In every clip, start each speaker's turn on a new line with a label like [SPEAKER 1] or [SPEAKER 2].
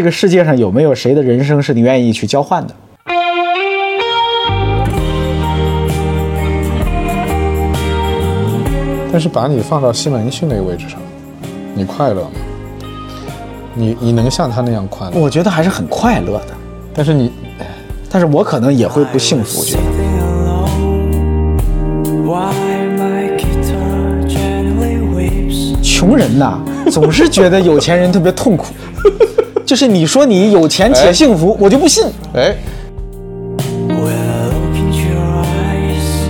[SPEAKER 1] 这个世界上有没有谁的人生是你愿意去交换的？
[SPEAKER 2] 但是把你放到西门庆那个位置上，你快乐吗？你你能像他那样快乐？
[SPEAKER 1] 我觉得还是很快乐的，
[SPEAKER 2] 但是你
[SPEAKER 1] 但是我可能也会不幸福。我觉得
[SPEAKER 3] Sitting alone, why my guitar gently weeps.
[SPEAKER 1] 穷人呐，总是觉得有钱人特别痛 苦，就是你说你有钱且幸福，我就不信。
[SPEAKER 2] 哎，
[SPEAKER 3] When I look into your eyes,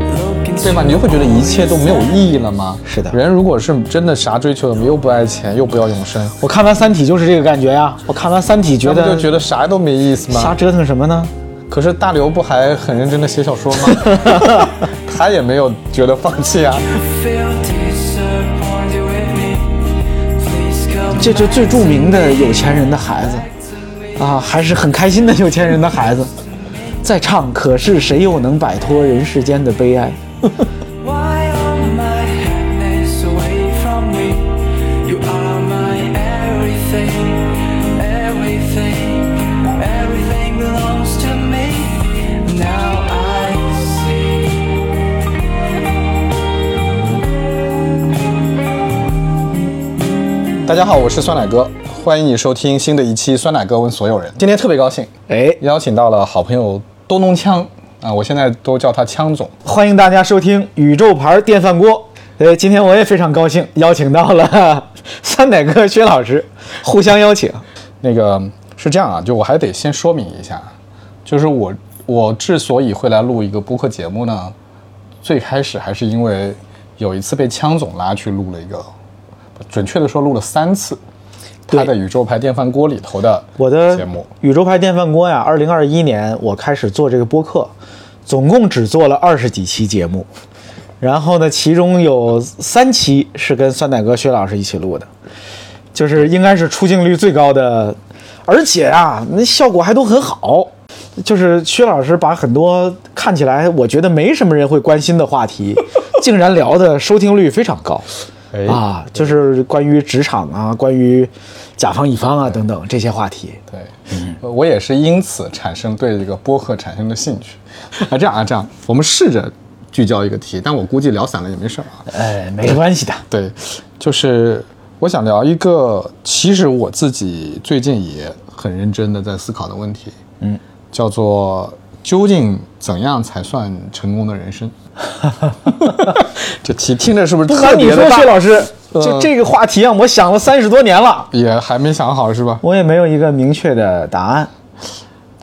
[SPEAKER 3] look into
[SPEAKER 2] 对吗？你就会觉得一切都没有意义了吗？
[SPEAKER 1] 是的
[SPEAKER 2] 人如果是真的啥追求都没有，又不爱钱，又不要永生，
[SPEAKER 1] 我看完《三体》就是这个感觉呀、我看完《三体》觉
[SPEAKER 2] 那不
[SPEAKER 1] 得
[SPEAKER 2] 就觉得啥都没意思吗？
[SPEAKER 1] 瞎折腾什么呢？
[SPEAKER 2] 可是大刘不还很认真的写小说吗？他也没有觉得放弃啊。
[SPEAKER 3] feel disappointed with me. Please come
[SPEAKER 1] 这就最著名的有钱人的孩子啊，还是很开心的有钱人的孩子，在唱。可是谁又能摆脱人世间的悲哀？
[SPEAKER 3] Why all my happiness away from me? You are my everything, everything, everything belongs to me. Now I see.
[SPEAKER 2] 大家好，我是酸奶哥，欢迎你收听新的一期《酸奶哥问所有人》。今天特别高兴，
[SPEAKER 1] 哎，
[SPEAKER 2] 邀请到了好朋友东东锵啊，我现在都叫他锵总。
[SPEAKER 1] 欢迎大家收听宇宙牌电饭锅。呃，今天我也非常高兴，邀请到了 酸奶哥、薛老师，互相邀请。
[SPEAKER 2] 那个是这样啊，就我还得先说明一下，就是我我之所以会来录一个播客节目呢，最开始还是因为有一次被枪总拉去录了一个，准确的说录了三次，
[SPEAKER 1] 对
[SPEAKER 2] 他的宇宙牌电饭锅里头的
[SPEAKER 1] 我的
[SPEAKER 2] 节目，
[SPEAKER 1] 宇宙牌电饭锅呀，二零二一年我开始做这个播客，总共只做了二十几期节目，然后呢，其中有三期是跟酸奶哥、薛老师一起录的，就是应该是出镜率最高的，而且啊，那效果还都很好。就是薛老师把很多看起来我觉得没什么人会关心的话 题，竟然聊的收听率非常高。
[SPEAKER 2] 哎
[SPEAKER 1] 啊，就是关于职场啊，关于甲方乙方啊等等这些话题。
[SPEAKER 2] 对，
[SPEAKER 1] 嗯
[SPEAKER 2] 呃我也是因此产生对这个播客产生了兴趣。啊，这样啊，这样，我们试着聚焦一个题，但我估计聊散了也没事儿啊。
[SPEAKER 1] 哎，没关系的。
[SPEAKER 2] 对，就是我想聊一个，其实我自己最近也很认真的在思考的问题，嗯，叫做究竟怎样才算成功的人生？ 这题听着是不是
[SPEAKER 1] 不
[SPEAKER 2] 特
[SPEAKER 1] 瞒你
[SPEAKER 2] 别
[SPEAKER 1] 说
[SPEAKER 2] 的，大
[SPEAKER 1] 薛？老师，
[SPEAKER 2] 呃
[SPEAKER 1] 这这个话题啊，我想了三十多年了，
[SPEAKER 2] 也还没想好是吧？
[SPEAKER 1] 我也没有一个明确的答案。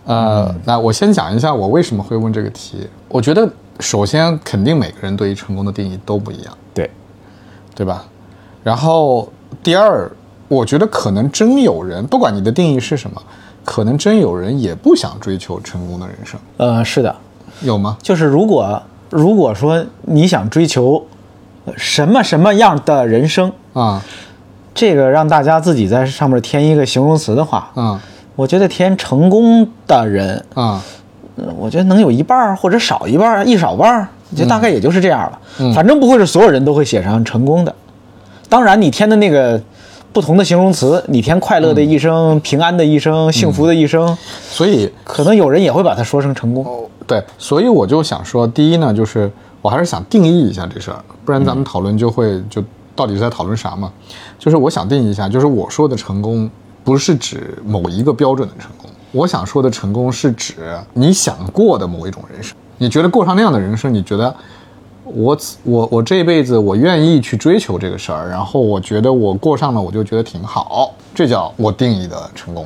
[SPEAKER 2] 呃，
[SPEAKER 1] 嗯
[SPEAKER 2] 那我先讲一下我为什么会问这个题。我觉得首先肯定每个人对于成功的定义都不一样，
[SPEAKER 1] 对，
[SPEAKER 2] 对吧？然后第二，我觉得可能真有人，不管你的定义是什么，可能真有人也不想追求成功的人生，
[SPEAKER 1] 呃，是的，
[SPEAKER 2] 有吗？
[SPEAKER 1] 就是如果如果说你想追求呃什么什么样的人生，
[SPEAKER 2] 啊、
[SPEAKER 1] 这个让大家自己在上面填一个形容词的话，
[SPEAKER 2] 啊
[SPEAKER 1] 我觉得填成功的人，
[SPEAKER 2] 啊
[SPEAKER 1] 呃我觉得能有一半儿或者少一半儿，一少半儿，就大概也就是这样了。反正不会是所有人都会写上成功的。当然，你填的那个不同的形容词，你填快乐的一生、平安的一生、幸福的一生，
[SPEAKER 2] 所以
[SPEAKER 1] 可能有人也会把它说成成功。
[SPEAKER 2] 对，所以我就想说，第一呢，就是我还是想定义一下这事儿，不然咱们讨论就会就到底是在讨论啥嘛？就是我想定义一下，就是我说的成功，不是指某一个标准的成功，我想说的成功是指你想过的某一种人生，你觉得过上那样的人生，你觉得。我此我我这辈子我愿意去追求这个事儿，然后我觉得我过上了，我就觉得挺好，这叫我定义的成功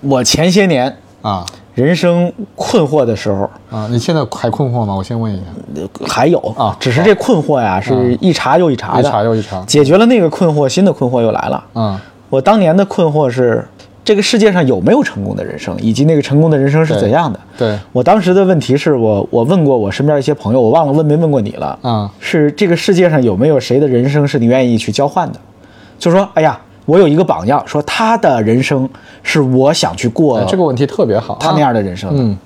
[SPEAKER 1] 我前些年
[SPEAKER 2] 啊
[SPEAKER 1] 人生困惑的时候，
[SPEAKER 2] 啊！你现在还困惑吗？我先问一下。
[SPEAKER 1] 呃还有
[SPEAKER 2] 啊
[SPEAKER 1] 只是这困惑呀，是一茬又一茬的，
[SPEAKER 2] 一茬又一嗯茬
[SPEAKER 1] 解决了那个困惑，新的困惑又来了。
[SPEAKER 2] 啊、
[SPEAKER 1] 我当年的困惑是，这个世界上有没有成功的人生，以及那个成功的人生是
[SPEAKER 2] 对
[SPEAKER 1] 怎样的？
[SPEAKER 2] 对
[SPEAKER 1] 我当时的问题是我我问过我身边一些朋友，我忘了问没问过你了。
[SPEAKER 2] 啊
[SPEAKER 1] 是这个世界上有没有谁的人生是你愿意去交换的？就说，哎呀，我有一个榜样，说他的人生是我想去过
[SPEAKER 2] 哎这个问题特别好，
[SPEAKER 1] 呃他那样的人生的。
[SPEAKER 2] 嗯，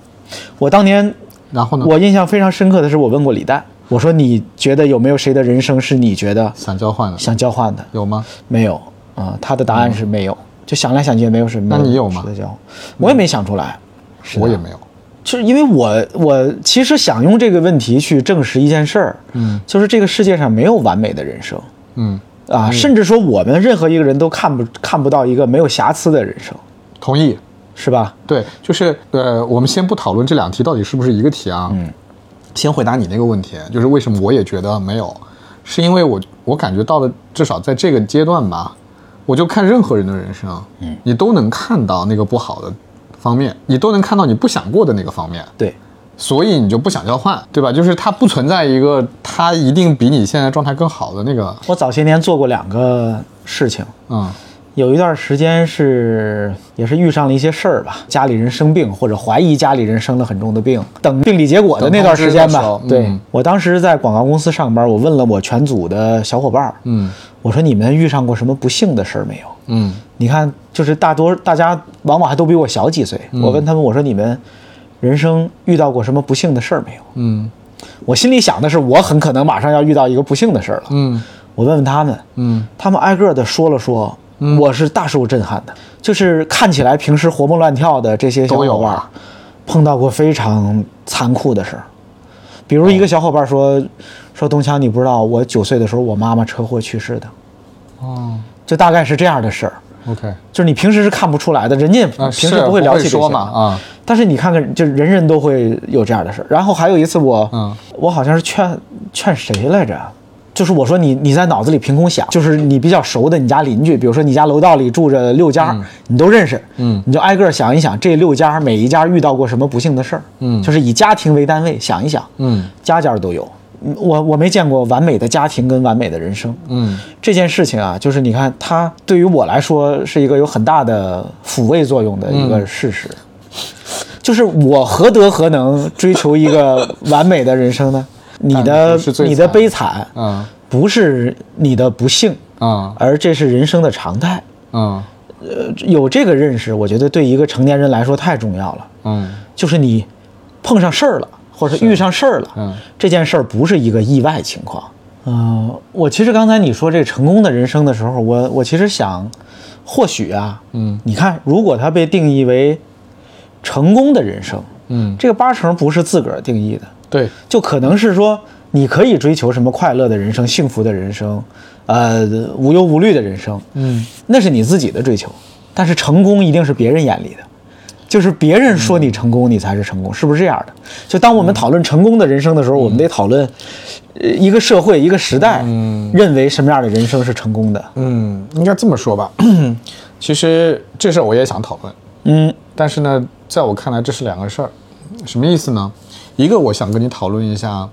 [SPEAKER 1] 我当年
[SPEAKER 2] 然后呢？
[SPEAKER 1] 我印象非常深刻的是，我问过李诞，我说你觉得有没有谁的人生是你觉得
[SPEAKER 2] 想交换的
[SPEAKER 1] 想交换的？
[SPEAKER 2] 有吗？
[SPEAKER 1] 没有啊、他的答案是没有。就想来想去也没有什么。
[SPEAKER 2] 那你有吗嗯
[SPEAKER 1] 的交互，我也没想出来。
[SPEAKER 2] 我也没有。
[SPEAKER 1] 就是因为我我其实想用这个问题去证实一件事儿，
[SPEAKER 2] 嗯
[SPEAKER 1] 就是这个世界上没有完美的人生
[SPEAKER 2] 嗯，
[SPEAKER 1] 啊，甚至说我们任何一个人都看不看不到一个没有瑕疵的人生，
[SPEAKER 2] 同意。
[SPEAKER 1] 是吧？
[SPEAKER 2] 对，就是呃，我们先不讨论这两题到底是不是一个题啊。嗯，先回答你那个问题，就是为什么我也觉得没有，是因为我我感觉到了，至少在这个阶段吧，我就看任何人的人生，嗯，你都能看到那个不好的方面，你都能看到你不想过的那个方面，
[SPEAKER 1] 对，
[SPEAKER 2] 所以你就不想交换，对吧？就是它不存在一个它一定比你现在状态更好的那个，
[SPEAKER 1] 我早些年做过两个事情，
[SPEAKER 2] 嗯
[SPEAKER 1] 有一段时间是也是遇上了一些事儿吧，家里人生病或者怀疑家里人生了很重的病，等病理结果的那段时间
[SPEAKER 2] 等
[SPEAKER 1] 吧
[SPEAKER 2] 通。知的时候
[SPEAKER 1] 对
[SPEAKER 2] 嗯
[SPEAKER 1] 我当时在广告公司上班，我问了我全组的小伙伴儿，
[SPEAKER 2] 嗯
[SPEAKER 1] 我说你们遇上过什么不幸的事儿没有？
[SPEAKER 2] 嗯
[SPEAKER 1] 你看，就是大多大家往往还都比我小几岁。
[SPEAKER 2] 嗯
[SPEAKER 1] 我问他们，我说你们人生遇到过什么不幸的事儿没有？
[SPEAKER 2] 嗯
[SPEAKER 1] 我心里想的是，我很可能马上要遇到一个不幸的事儿了。
[SPEAKER 2] 嗯
[SPEAKER 1] 我问问他们，
[SPEAKER 2] 嗯
[SPEAKER 1] 他们挨个的说了说，我是大受震撼的。就是看起来平时活蹦乱跳的这些小
[SPEAKER 2] 都
[SPEAKER 1] 伙
[SPEAKER 2] 有
[SPEAKER 1] 伴儿
[SPEAKER 2] 啊，
[SPEAKER 1] 碰到过非常残酷的事儿。比如一个小伙伴说，说东强，你不知道，我九岁的时候我妈妈车祸去世的，
[SPEAKER 2] 哦
[SPEAKER 1] 就大概是这样的事儿。
[SPEAKER 2] ，OK，
[SPEAKER 1] 就是你平时是看不出来的，人家也
[SPEAKER 2] 啊，
[SPEAKER 1] 平时
[SPEAKER 2] 是
[SPEAKER 1] 不会聊起这些
[SPEAKER 2] 说嘛，啊，
[SPEAKER 1] 但是你看看，就人人都会有这样的事儿。然后还有一次我，
[SPEAKER 2] 嗯
[SPEAKER 1] 我好像是劝劝谁来着？就是我说你你在脑子里凭空想，就是你比较熟的你家邻居，比如说你家楼道里住着六家，你都认识，
[SPEAKER 2] 嗯
[SPEAKER 1] 你就挨个想一想这六家每一家遇到过什么不幸的事儿，
[SPEAKER 2] 嗯
[SPEAKER 1] 就是以家庭为单位想一想，
[SPEAKER 2] 嗯
[SPEAKER 1] 家家都有。嗯我我没见过完美的家庭跟完美的人生，
[SPEAKER 2] 嗯。
[SPEAKER 1] 这件事情啊，就是你看，它对于我来说是一个有很大的抚慰作用的一
[SPEAKER 2] 嗯
[SPEAKER 1] 个事实，就是我何德何能追求一个完美的人生呢？你
[SPEAKER 2] 但
[SPEAKER 1] 的
[SPEAKER 2] 不是最惨
[SPEAKER 1] 你的悲惨，
[SPEAKER 2] 嗯
[SPEAKER 1] 不是你的不幸，
[SPEAKER 2] 嗯
[SPEAKER 1] 而这是人生的常态。
[SPEAKER 2] 嗯
[SPEAKER 1] 呃，有这个认识，我觉得对一个成年人来说太重要了。
[SPEAKER 2] 嗯
[SPEAKER 1] 就是你碰上事儿了，或者遇上事儿了，
[SPEAKER 2] 嗯
[SPEAKER 1] 这件事儿不是一个意外情况。嗯、我其实刚才你说这成功的人生的时候，我我其实想，或许啊，
[SPEAKER 2] 嗯
[SPEAKER 1] 你看，如果它被定义为成功的人生，
[SPEAKER 2] 嗯，
[SPEAKER 1] 这个八成不是自个儿定义的，
[SPEAKER 2] 对，
[SPEAKER 1] 就可能是说你可以追求什么快乐的人生、幸福的人生，呃，无忧无虑的人生，
[SPEAKER 2] 嗯
[SPEAKER 1] 那是你自己的追求，但是成功一定是别人眼里的，就是别人说你成功，你才是成功，是不是这样的？就当我们讨论成功的人生的时候，我们得讨论，呃，一个社会、一个时代认为什么样的人生是成功的。
[SPEAKER 2] 嗯，应该这么说吧。 其实这事儿我也想讨论，
[SPEAKER 1] 嗯
[SPEAKER 2] 但是呢，在我看来这是两个事儿，什么意思呢？一个我想跟你讨论一下，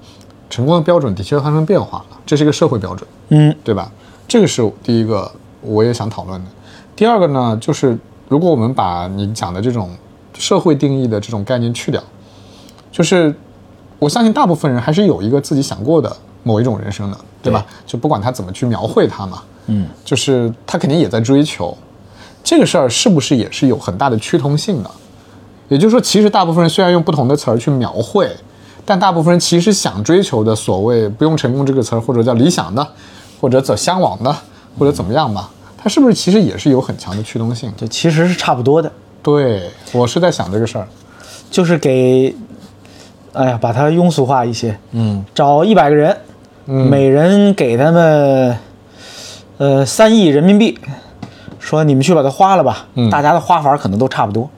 [SPEAKER 2] 成功的标准的确发生变化了，这是一个社会标准，
[SPEAKER 1] 嗯
[SPEAKER 2] 对吧？这个是第一个我也想讨论的。第二个呢，就是如果我们把你讲的这种社会定义的这种概念去掉，就是我相信大部分人还是有一个自己想过的某一种人生的，对吧？就不管他怎么去描绘它嘛，
[SPEAKER 1] 嗯，
[SPEAKER 2] 就是他肯定也在追求。这个事儿是不是也是有很大的趋同性的？啊也就是说，其实大部分人虽然用不同的词儿去描绘，但大部分人其实想追求的所谓不用“成功”这个词儿，或者叫理想的，或者走向往的，或者怎么样吧，它是不是其实也是有很强的驱动性？
[SPEAKER 1] 就其实是差不多的，
[SPEAKER 2] 对我是在想这个事儿。
[SPEAKER 1] 就是给，哎呀，把它庸俗化一些，
[SPEAKER 2] 嗯
[SPEAKER 1] 找一百个人，每人给他们，呃，三亿人民币，说你们去把它花了吧，
[SPEAKER 2] 嗯
[SPEAKER 1] 大家的花法可能都差不多。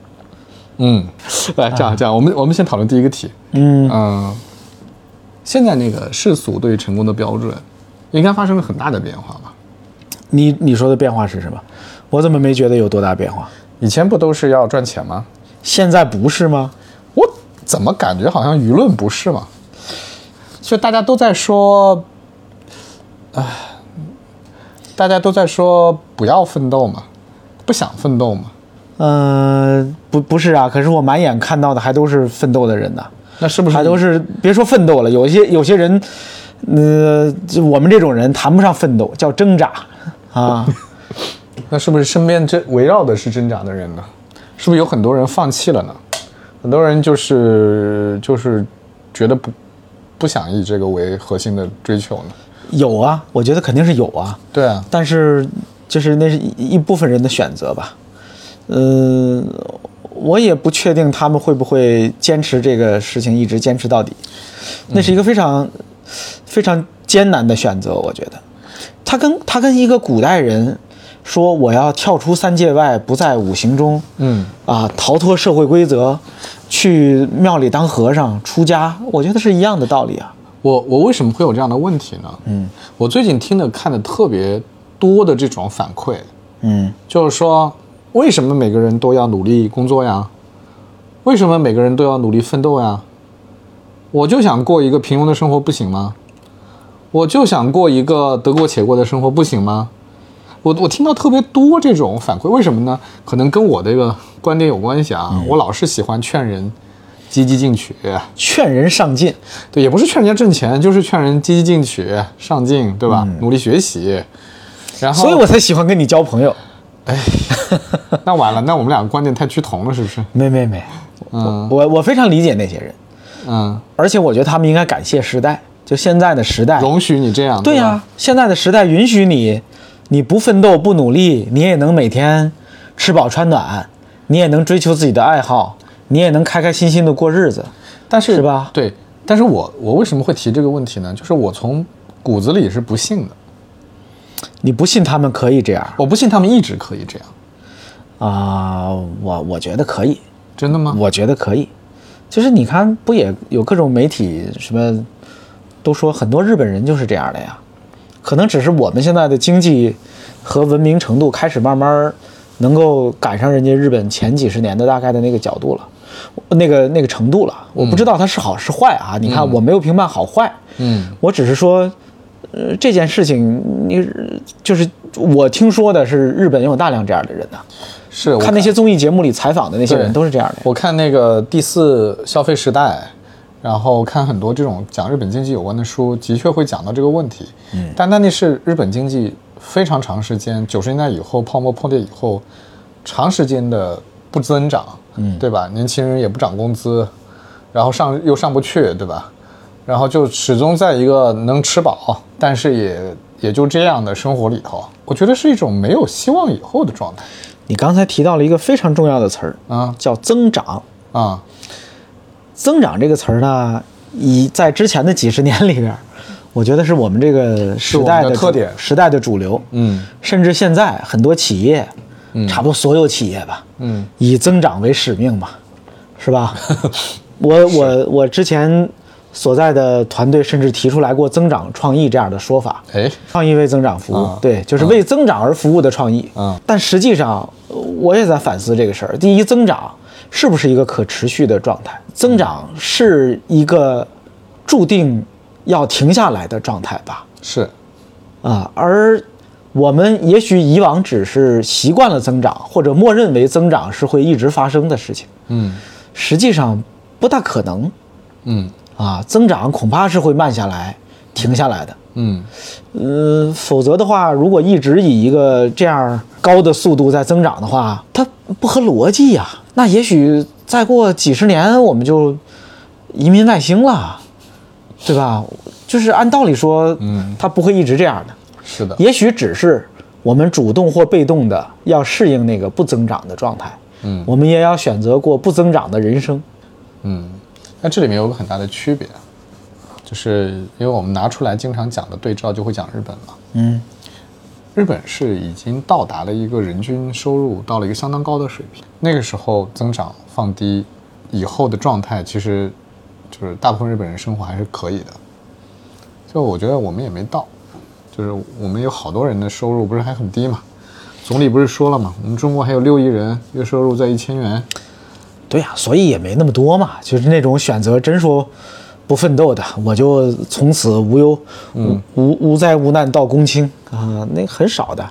[SPEAKER 2] 嗯，来这样这样，我们我们先讨论第一个题。
[SPEAKER 1] 嗯
[SPEAKER 2] 嗯，现在那个世俗对于成功的标准，应该发生了很大的变化吧？，
[SPEAKER 1] 你你说的变化是什么？我怎么没觉得有多大变化？
[SPEAKER 2] 以前不都是要赚钱吗？
[SPEAKER 1] 现在不是吗？
[SPEAKER 2] 我怎么感觉好像舆论不是嘛？就大家都在说，唉，大家都在说不要奋斗嘛，不想奋斗嘛，
[SPEAKER 1] 嗯，不不是啊。可是我满眼看到的还都是奋斗的人呐，
[SPEAKER 2] 那是不是
[SPEAKER 1] 还都是别说奋斗了，有些有些人，呃，就我们这种人谈不上奋斗，叫挣扎啊。
[SPEAKER 2] 那是不是身边这围绕的是挣扎的人呢？是不是有很多人放弃了呢？很多人就是就是觉得不不想以这个为核心的追求呢？
[SPEAKER 1] 有啊，我觉得肯定是有啊，
[SPEAKER 2] 对啊，
[SPEAKER 1] 但是就是那是一一部分人的选择吧。嗯、我也不确定他们会不会坚持这个事情一直坚持到底。那是一个非常、非常艰难的选择，我觉得。他跟他跟一个古代人说我要跳出三界外，不在五行中，
[SPEAKER 2] 嗯
[SPEAKER 1] 啊，逃脱社会规则，去庙里当和尚出家，我觉得是一样的道理啊。
[SPEAKER 2] 我我为什么会有这样的问题呢？嗯，我最近听的看的特别多的这种反馈，
[SPEAKER 1] 嗯
[SPEAKER 2] 就是说为什么每个人都要努力工作呀？为什么每个人都要努力奋斗呀？我就想过一个平庸的生活，不行吗？我就想过一个得过且过的生活，不行吗？我我听到特别多这种反馈，为什么呢？可能跟我这个观点有关系啊。我老是喜欢劝人积极进取，
[SPEAKER 1] 劝人上进，
[SPEAKER 2] 对，也不是劝人家挣钱，就是劝人积极进取、上进，对吧？努力学习。然
[SPEAKER 1] 嗯
[SPEAKER 2] 后，哎
[SPEAKER 1] 所以我才喜欢跟你交朋友。
[SPEAKER 2] 那完了，那我们俩观点太趋同了，是不是？
[SPEAKER 1] 没没没，
[SPEAKER 2] 嗯
[SPEAKER 1] 我我非常理解那些人，
[SPEAKER 2] 嗯，
[SPEAKER 1] 而且我觉得他们应该感谢时代，就现在的时代，
[SPEAKER 2] 容许你这样。
[SPEAKER 1] 哎对呀、
[SPEAKER 2] 吧
[SPEAKER 1] 现在的时代允许你，你不奋斗不努力，你也能每天吃饱穿暖，你也能追求自己的爱好，你也能开开心心的过日子。
[SPEAKER 2] 但是
[SPEAKER 1] 是吧
[SPEAKER 2] 对，但是我我为什么会提这个问题呢？就是我从骨子里是不信的，
[SPEAKER 1] 你不信他们可以这样
[SPEAKER 2] 我不信他们一直可以这样。
[SPEAKER 1] 啊？我我觉得可以，
[SPEAKER 2] 真的吗？
[SPEAKER 1] 我觉得可以。就是你看，不也有各种媒体什么都说很多日本人就是这样的呀？可能只是我们现在的经济和文明程度开始慢慢儿能够赶上人家日本前几十年的大概的那个角度了，那个那个程度了。我不知道它是好是坏啊。你看，我没有评判好坏，
[SPEAKER 2] 嗯
[SPEAKER 1] 我只是说，呃，这件事情你就是我听说的是日本有大量这样的人呐、
[SPEAKER 2] 是我
[SPEAKER 1] 看那些综艺节目里采访的那些
[SPEAKER 2] 对
[SPEAKER 1] 人都是这样的呀。
[SPEAKER 2] 我看那个第四消费时代，然后看很多这种讲日本经济有关的书，的确会讲到这个问题。嗯，但那那是日本经济非常长时间，九十年代以后泡沫破裂以后，长时间的不增长，嗯，对吧？年轻人也不涨工资，然后上又上不去，对吧？然后就始终在一个能吃饱，但是也也就这样的生活里头，我觉得是一种没有希望以后的状态
[SPEAKER 1] 你刚才提到了一个非常重要的词儿，
[SPEAKER 2] 啊
[SPEAKER 1] 叫增长。
[SPEAKER 2] 啊，
[SPEAKER 1] 增长这个词儿呢，以在之前的几十年里边儿，我觉得是我们这个时代
[SPEAKER 2] 是我们的
[SPEAKER 1] 的
[SPEAKER 2] 特点
[SPEAKER 1] 时代的主流。
[SPEAKER 2] 嗯
[SPEAKER 1] 甚至现在很多企业，差不多所有企业吧，
[SPEAKER 2] 嗯
[SPEAKER 1] 以增长为使命嘛，是 吧？我我我之前所在的团队甚至提出来过增长创意这样的说法。
[SPEAKER 2] 哎。
[SPEAKER 1] 创意为增长服务，
[SPEAKER 2] 啊
[SPEAKER 1] 对，就是为增长而服务的创意。
[SPEAKER 2] 啊
[SPEAKER 1] 但实际上，呃我也在反思这个事儿。第一，增长是不是一个可持续的状态？增长是一个注定要停下来的状态吧？
[SPEAKER 2] 是，
[SPEAKER 1] 啊，而我们也许以往只是习惯了增长，或者默认为增长是会一直发生的事情，
[SPEAKER 2] 嗯
[SPEAKER 1] 实际上不大可能
[SPEAKER 2] 嗯
[SPEAKER 1] 啊。增长恐怕是会慢下来、停下来的。
[SPEAKER 2] 嗯
[SPEAKER 1] 嗯，否则的话，如果一直以一个这样高的速度在增长的话，它不合逻辑呀、那也许再过几十年，我们就移民外星了，对吧？就是按道理说，
[SPEAKER 2] 嗯，
[SPEAKER 1] 它不会一直这样的。
[SPEAKER 2] 是的，
[SPEAKER 1] 也许只是我们主动或被动的要适应那个不增长的状态。
[SPEAKER 2] 嗯
[SPEAKER 1] 我们也要选择过不增长的人生。
[SPEAKER 2] 嗯，但这里面有个很大的区别，就是因为我们拿出来经常讲的对照，就会讲日本嘛。
[SPEAKER 1] 嗯
[SPEAKER 2] 日本是已经到达了一个人均收入到了一个相当高的水平，那个时候增长放低以后的状态，其实就是大部分日本人生活还是可以的。就我觉得我们也没到，就是我们有好多人的收入不是还很低嘛。总理不是说了嘛，我们中国还有六亿人月收入在一千元，
[SPEAKER 1] 对呀、所以也没那么多嘛，就是那种选择真说不奋斗的，我就从此无忧、无无无灾无难到公卿啊，那很少的，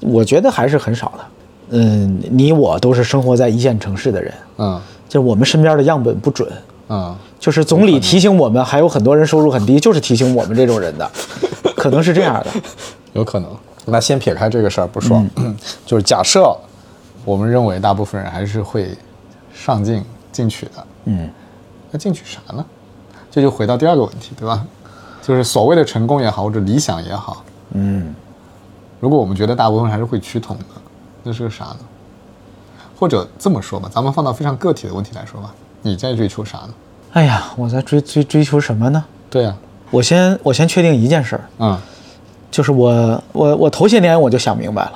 [SPEAKER 1] 我觉得还是很少的。嗯，你我都是生活在一线城市的人，
[SPEAKER 2] 嗯
[SPEAKER 1] 就是我们身边的样本不准，
[SPEAKER 2] 嗯。
[SPEAKER 1] 就是总理提醒我们，还有很多人收入很低，就是提醒我们这种人的，可能是这样的。
[SPEAKER 2] 有可能。那先撇开这个事儿不说， 就是假设我们认为大部分人还是会上进进取的，
[SPEAKER 1] 嗯，
[SPEAKER 2] 那进取啥呢？这就回到第二个问题，对吧？就是所谓的成功也好，或者理想也好，嗯，如果我们觉得大部分还是会趋同的，那是个啥呢？或者这么说吧，咱们放到非常个体的问题来说吧，你在追求啥呢？
[SPEAKER 1] 哎呀，我在追追追求什么呢？
[SPEAKER 2] 对啊呀、
[SPEAKER 1] 我先我先确定一件事儿，
[SPEAKER 2] 啊，
[SPEAKER 1] 就是我我我头些年我就想明白了，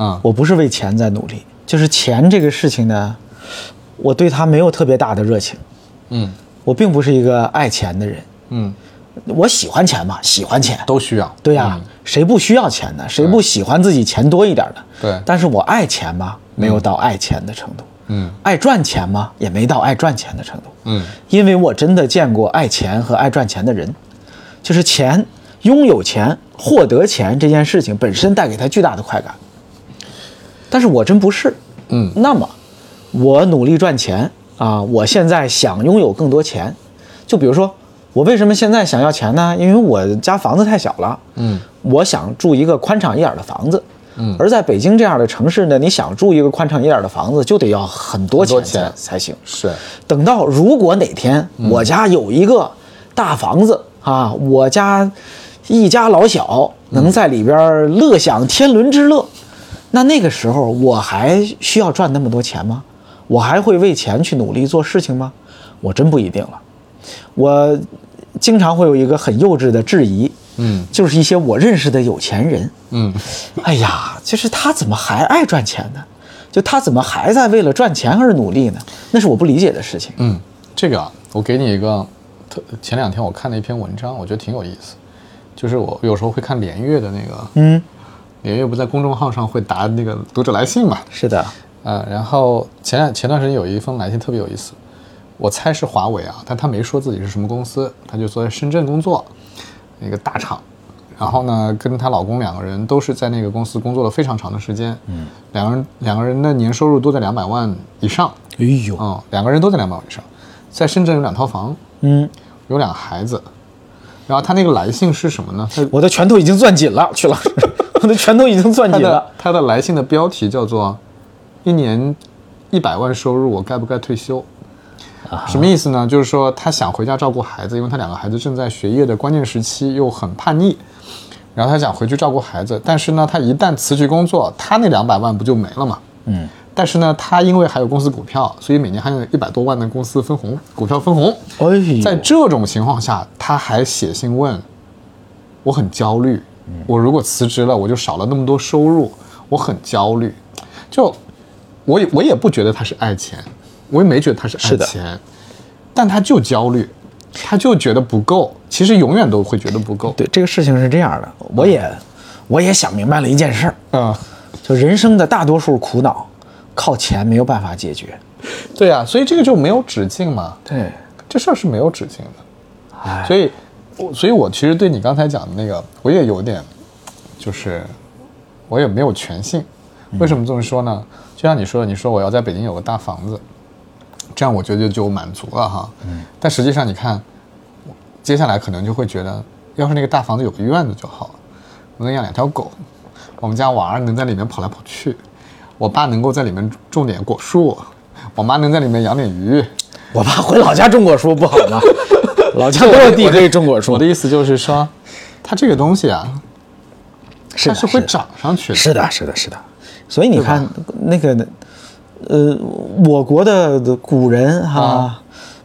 [SPEAKER 2] 嗯啊，
[SPEAKER 1] 我不是为钱在努力，就是钱这个事情呢，我对它没有特别大的热情，
[SPEAKER 2] 嗯
[SPEAKER 1] 我并不是一个爱钱的人，
[SPEAKER 2] 嗯，
[SPEAKER 1] 我喜欢钱嘛，喜欢钱，
[SPEAKER 2] 都需要。啊
[SPEAKER 1] 对呀、谁不需要钱呢？谁不喜欢自己钱多一点呢？
[SPEAKER 2] 对
[SPEAKER 1] 但是我爱钱吗？没有到爱钱的程度，
[SPEAKER 2] 嗯
[SPEAKER 1] 爱赚钱吗？也没到爱赚钱的程度，
[SPEAKER 2] 嗯
[SPEAKER 1] 因为我真的见过爱钱和爱赚钱的人，就是钱，拥有钱、获得钱这件事情本身带给他巨大的快感，但是我真不是，
[SPEAKER 2] 嗯
[SPEAKER 1] 那么我努力赚钱啊，我现在想拥有更多钱，就比如说我为什么现在想要钱呢？因为我家房子太小了，
[SPEAKER 2] 嗯，
[SPEAKER 1] 我想住一个宽敞一点的房子。
[SPEAKER 2] 嗯
[SPEAKER 1] 而在北京这样的城市呢，你想住一个宽敞一点的房子，就得要很多钱
[SPEAKER 2] 很多
[SPEAKER 1] 才
[SPEAKER 2] 钱
[SPEAKER 1] 才行。
[SPEAKER 2] 是，
[SPEAKER 1] 等到如果哪天我家有一个大房子、啊，我家一家老小能在里边儿乐享天伦之乐，那那个时候我还需要赚那么多钱吗？我还会为钱去努力做事情吗？我真不一定了。我经常会有一个很幼稚的质疑，
[SPEAKER 2] 嗯
[SPEAKER 1] 就是一些我认识的有钱人，
[SPEAKER 2] 嗯
[SPEAKER 1] 哎呀，就是他怎么还爱赚钱呢？就他怎么还在为了赚钱而努力呢？那是我不理解的事情。
[SPEAKER 2] 嗯，这个啊，我给你一个特，前两天我看了一篇文章，我觉得挺有意思，就是我有时候会看连月的那个，
[SPEAKER 1] 嗯，
[SPEAKER 2] 连月不在公众号上会答那个读者来信嘛，
[SPEAKER 1] 是的，
[SPEAKER 2] 呃，然后前两前段时间有一封来信特别有意思，我猜是华为啊，但他没说自己是什么公司，他就说在深圳工作，一个大厂。然后呢，跟她老公两个人都是在那个公司工作了非常长的时间，嗯，两个人两个人的年收入都在两百万以上，
[SPEAKER 1] 哎呦，
[SPEAKER 2] 嗯，两个人都在两百万以上，在深圳有两套房，
[SPEAKER 1] 嗯，
[SPEAKER 2] 有俩孩子。然后他那个来信是什么呢？他
[SPEAKER 1] 我的拳头已经攥紧了，去了， 我的拳头已经攥
[SPEAKER 2] 他
[SPEAKER 1] 紧
[SPEAKER 2] 的
[SPEAKER 1] 了。
[SPEAKER 2] 他的来信的标题叫做“一年一百万收入，我该不该退休”？什么意思呢？就是说他想回家照顾孩子，因为他两个孩子正在学业的关键时期，又很叛逆，然后他想回去照顾孩子。但是呢，他一旦辞去工作，他那两百万不就没了吗？
[SPEAKER 1] 嗯，
[SPEAKER 2] 但是呢，他因为还有公司股票，所以每年还有一百多万的公司分红，股票分红。
[SPEAKER 1] 哎呦，
[SPEAKER 2] 在这种情况下，他还写信问，我很焦虑，
[SPEAKER 1] 嗯
[SPEAKER 2] 我如果辞职了，我就少了那么多收入，我很焦虑。就我也我也不觉得他是爱钱，我也没觉得他是爱
[SPEAKER 1] 是的
[SPEAKER 2] 钱，但他就焦虑，他就觉得不够。其实永远都会觉得不够。
[SPEAKER 1] 对这个事情是这样的，我也、我也想明白了一件事儿，
[SPEAKER 2] 啊、
[SPEAKER 1] 就人生的大多数苦恼靠钱没有办法解决。
[SPEAKER 2] 对啊，所以这个就没有止境嘛，
[SPEAKER 1] 对，
[SPEAKER 2] 这事儿是没有止境的。
[SPEAKER 1] 哎，
[SPEAKER 2] 所以，我所以我其实对你刚才讲的那个，我也有点，就是我也没有全信。为什么这么说呢？就像你说的，你说我要在北京有个大房子，这样我觉得就满足了哈。但实际上，你看，接下来可能就会觉得，要是那个大房子有个院子就好了，我能养两条狗，我们家娃儿能在里面跑来跑去，我爸能够在里面种点果树，我妈能在里面养点鱼。
[SPEAKER 1] 我爸回老家种果树不好吗？ 老家多少地可以种果树
[SPEAKER 2] 我的？意思就是说，它这个东西啊，
[SPEAKER 1] 是的
[SPEAKER 2] 它
[SPEAKER 1] 是
[SPEAKER 2] 是会
[SPEAKER 1] 的
[SPEAKER 2] 涨上去的。
[SPEAKER 1] 是的，是的，是的。所以你看，那个，呃，我国的古人哈、
[SPEAKER 2] 啊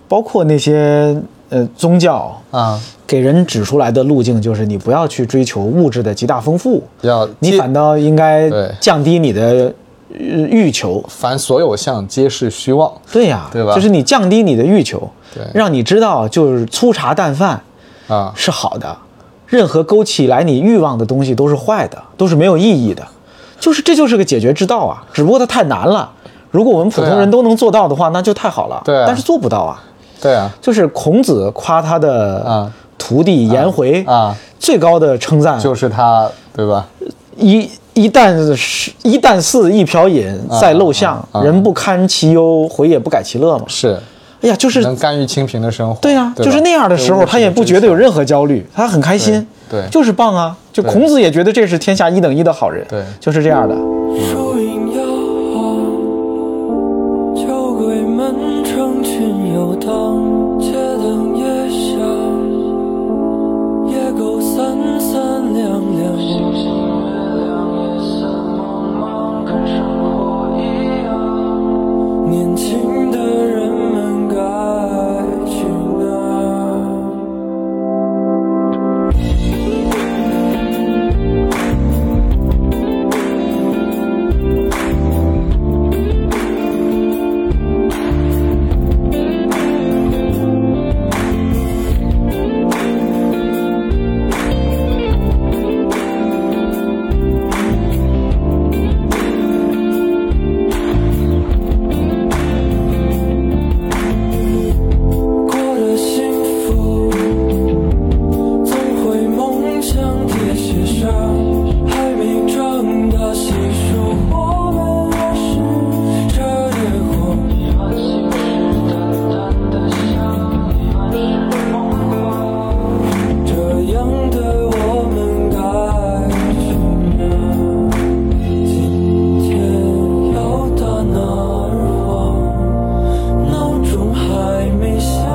[SPEAKER 1] 包括那些呃宗教，
[SPEAKER 2] 啊，
[SPEAKER 1] 给人指出来的路径就是你不要去追求物质的极大丰富，
[SPEAKER 2] 要
[SPEAKER 1] 你
[SPEAKER 2] 接
[SPEAKER 1] 反倒应该
[SPEAKER 2] 对
[SPEAKER 1] 降低你的呃欲求。
[SPEAKER 2] 凡所有相皆是虚妄。
[SPEAKER 1] 对呀、
[SPEAKER 2] 对吧
[SPEAKER 1] 就是你降低你的欲求
[SPEAKER 2] 对，
[SPEAKER 1] 让你知道就是粗茶淡饭
[SPEAKER 2] 啊，
[SPEAKER 1] 是好的，任何勾起来你欲望的东西都是坏的，都是没有意义的。就是这就是个解决之道啊，只不过它太难了。如果我们普
[SPEAKER 2] 对
[SPEAKER 1] 通
[SPEAKER 2] 啊
[SPEAKER 1] 人都能做到的话，那就太好了。
[SPEAKER 2] 对啊
[SPEAKER 1] 但是做不到啊。
[SPEAKER 2] 对啊，
[SPEAKER 1] 就是孔子夸他的
[SPEAKER 2] 啊
[SPEAKER 1] 徒弟颜回
[SPEAKER 2] 啊
[SPEAKER 1] 最高的称赞
[SPEAKER 2] 就是它，对吧？
[SPEAKER 1] 一一旦是一旦似一瓢饮在陋巷，
[SPEAKER 2] 啊
[SPEAKER 1] 人不堪其忧，回也不改其乐嘛。
[SPEAKER 2] 是
[SPEAKER 1] 哎呀，就是
[SPEAKER 2] 能甘于清贫的生活。
[SPEAKER 1] 对呀、啊
[SPEAKER 2] 吧
[SPEAKER 1] 就是那样的时候，他也不觉得有。任何焦虑，他很开心，
[SPEAKER 2] 对对
[SPEAKER 1] 就是棒啊！就
[SPEAKER 2] 对
[SPEAKER 1] 孔子也觉得这是天下一等一的好人，
[SPEAKER 2] 对
[SPEAKER 1] 就是这样的。
[SPEAKER 3] 树影摇晃，酒鬼们成群游荡，街灯也下，野狗三三两两。星星月亮也散茫茫，跟生活一样。
[SPEAKER 4] 情的人们该去哪？过得幸福，总会梦想贴写上还没长大细数我们二十这烈火。这样的我们该去哪？今天要到哪儿晃？闹钟还没响，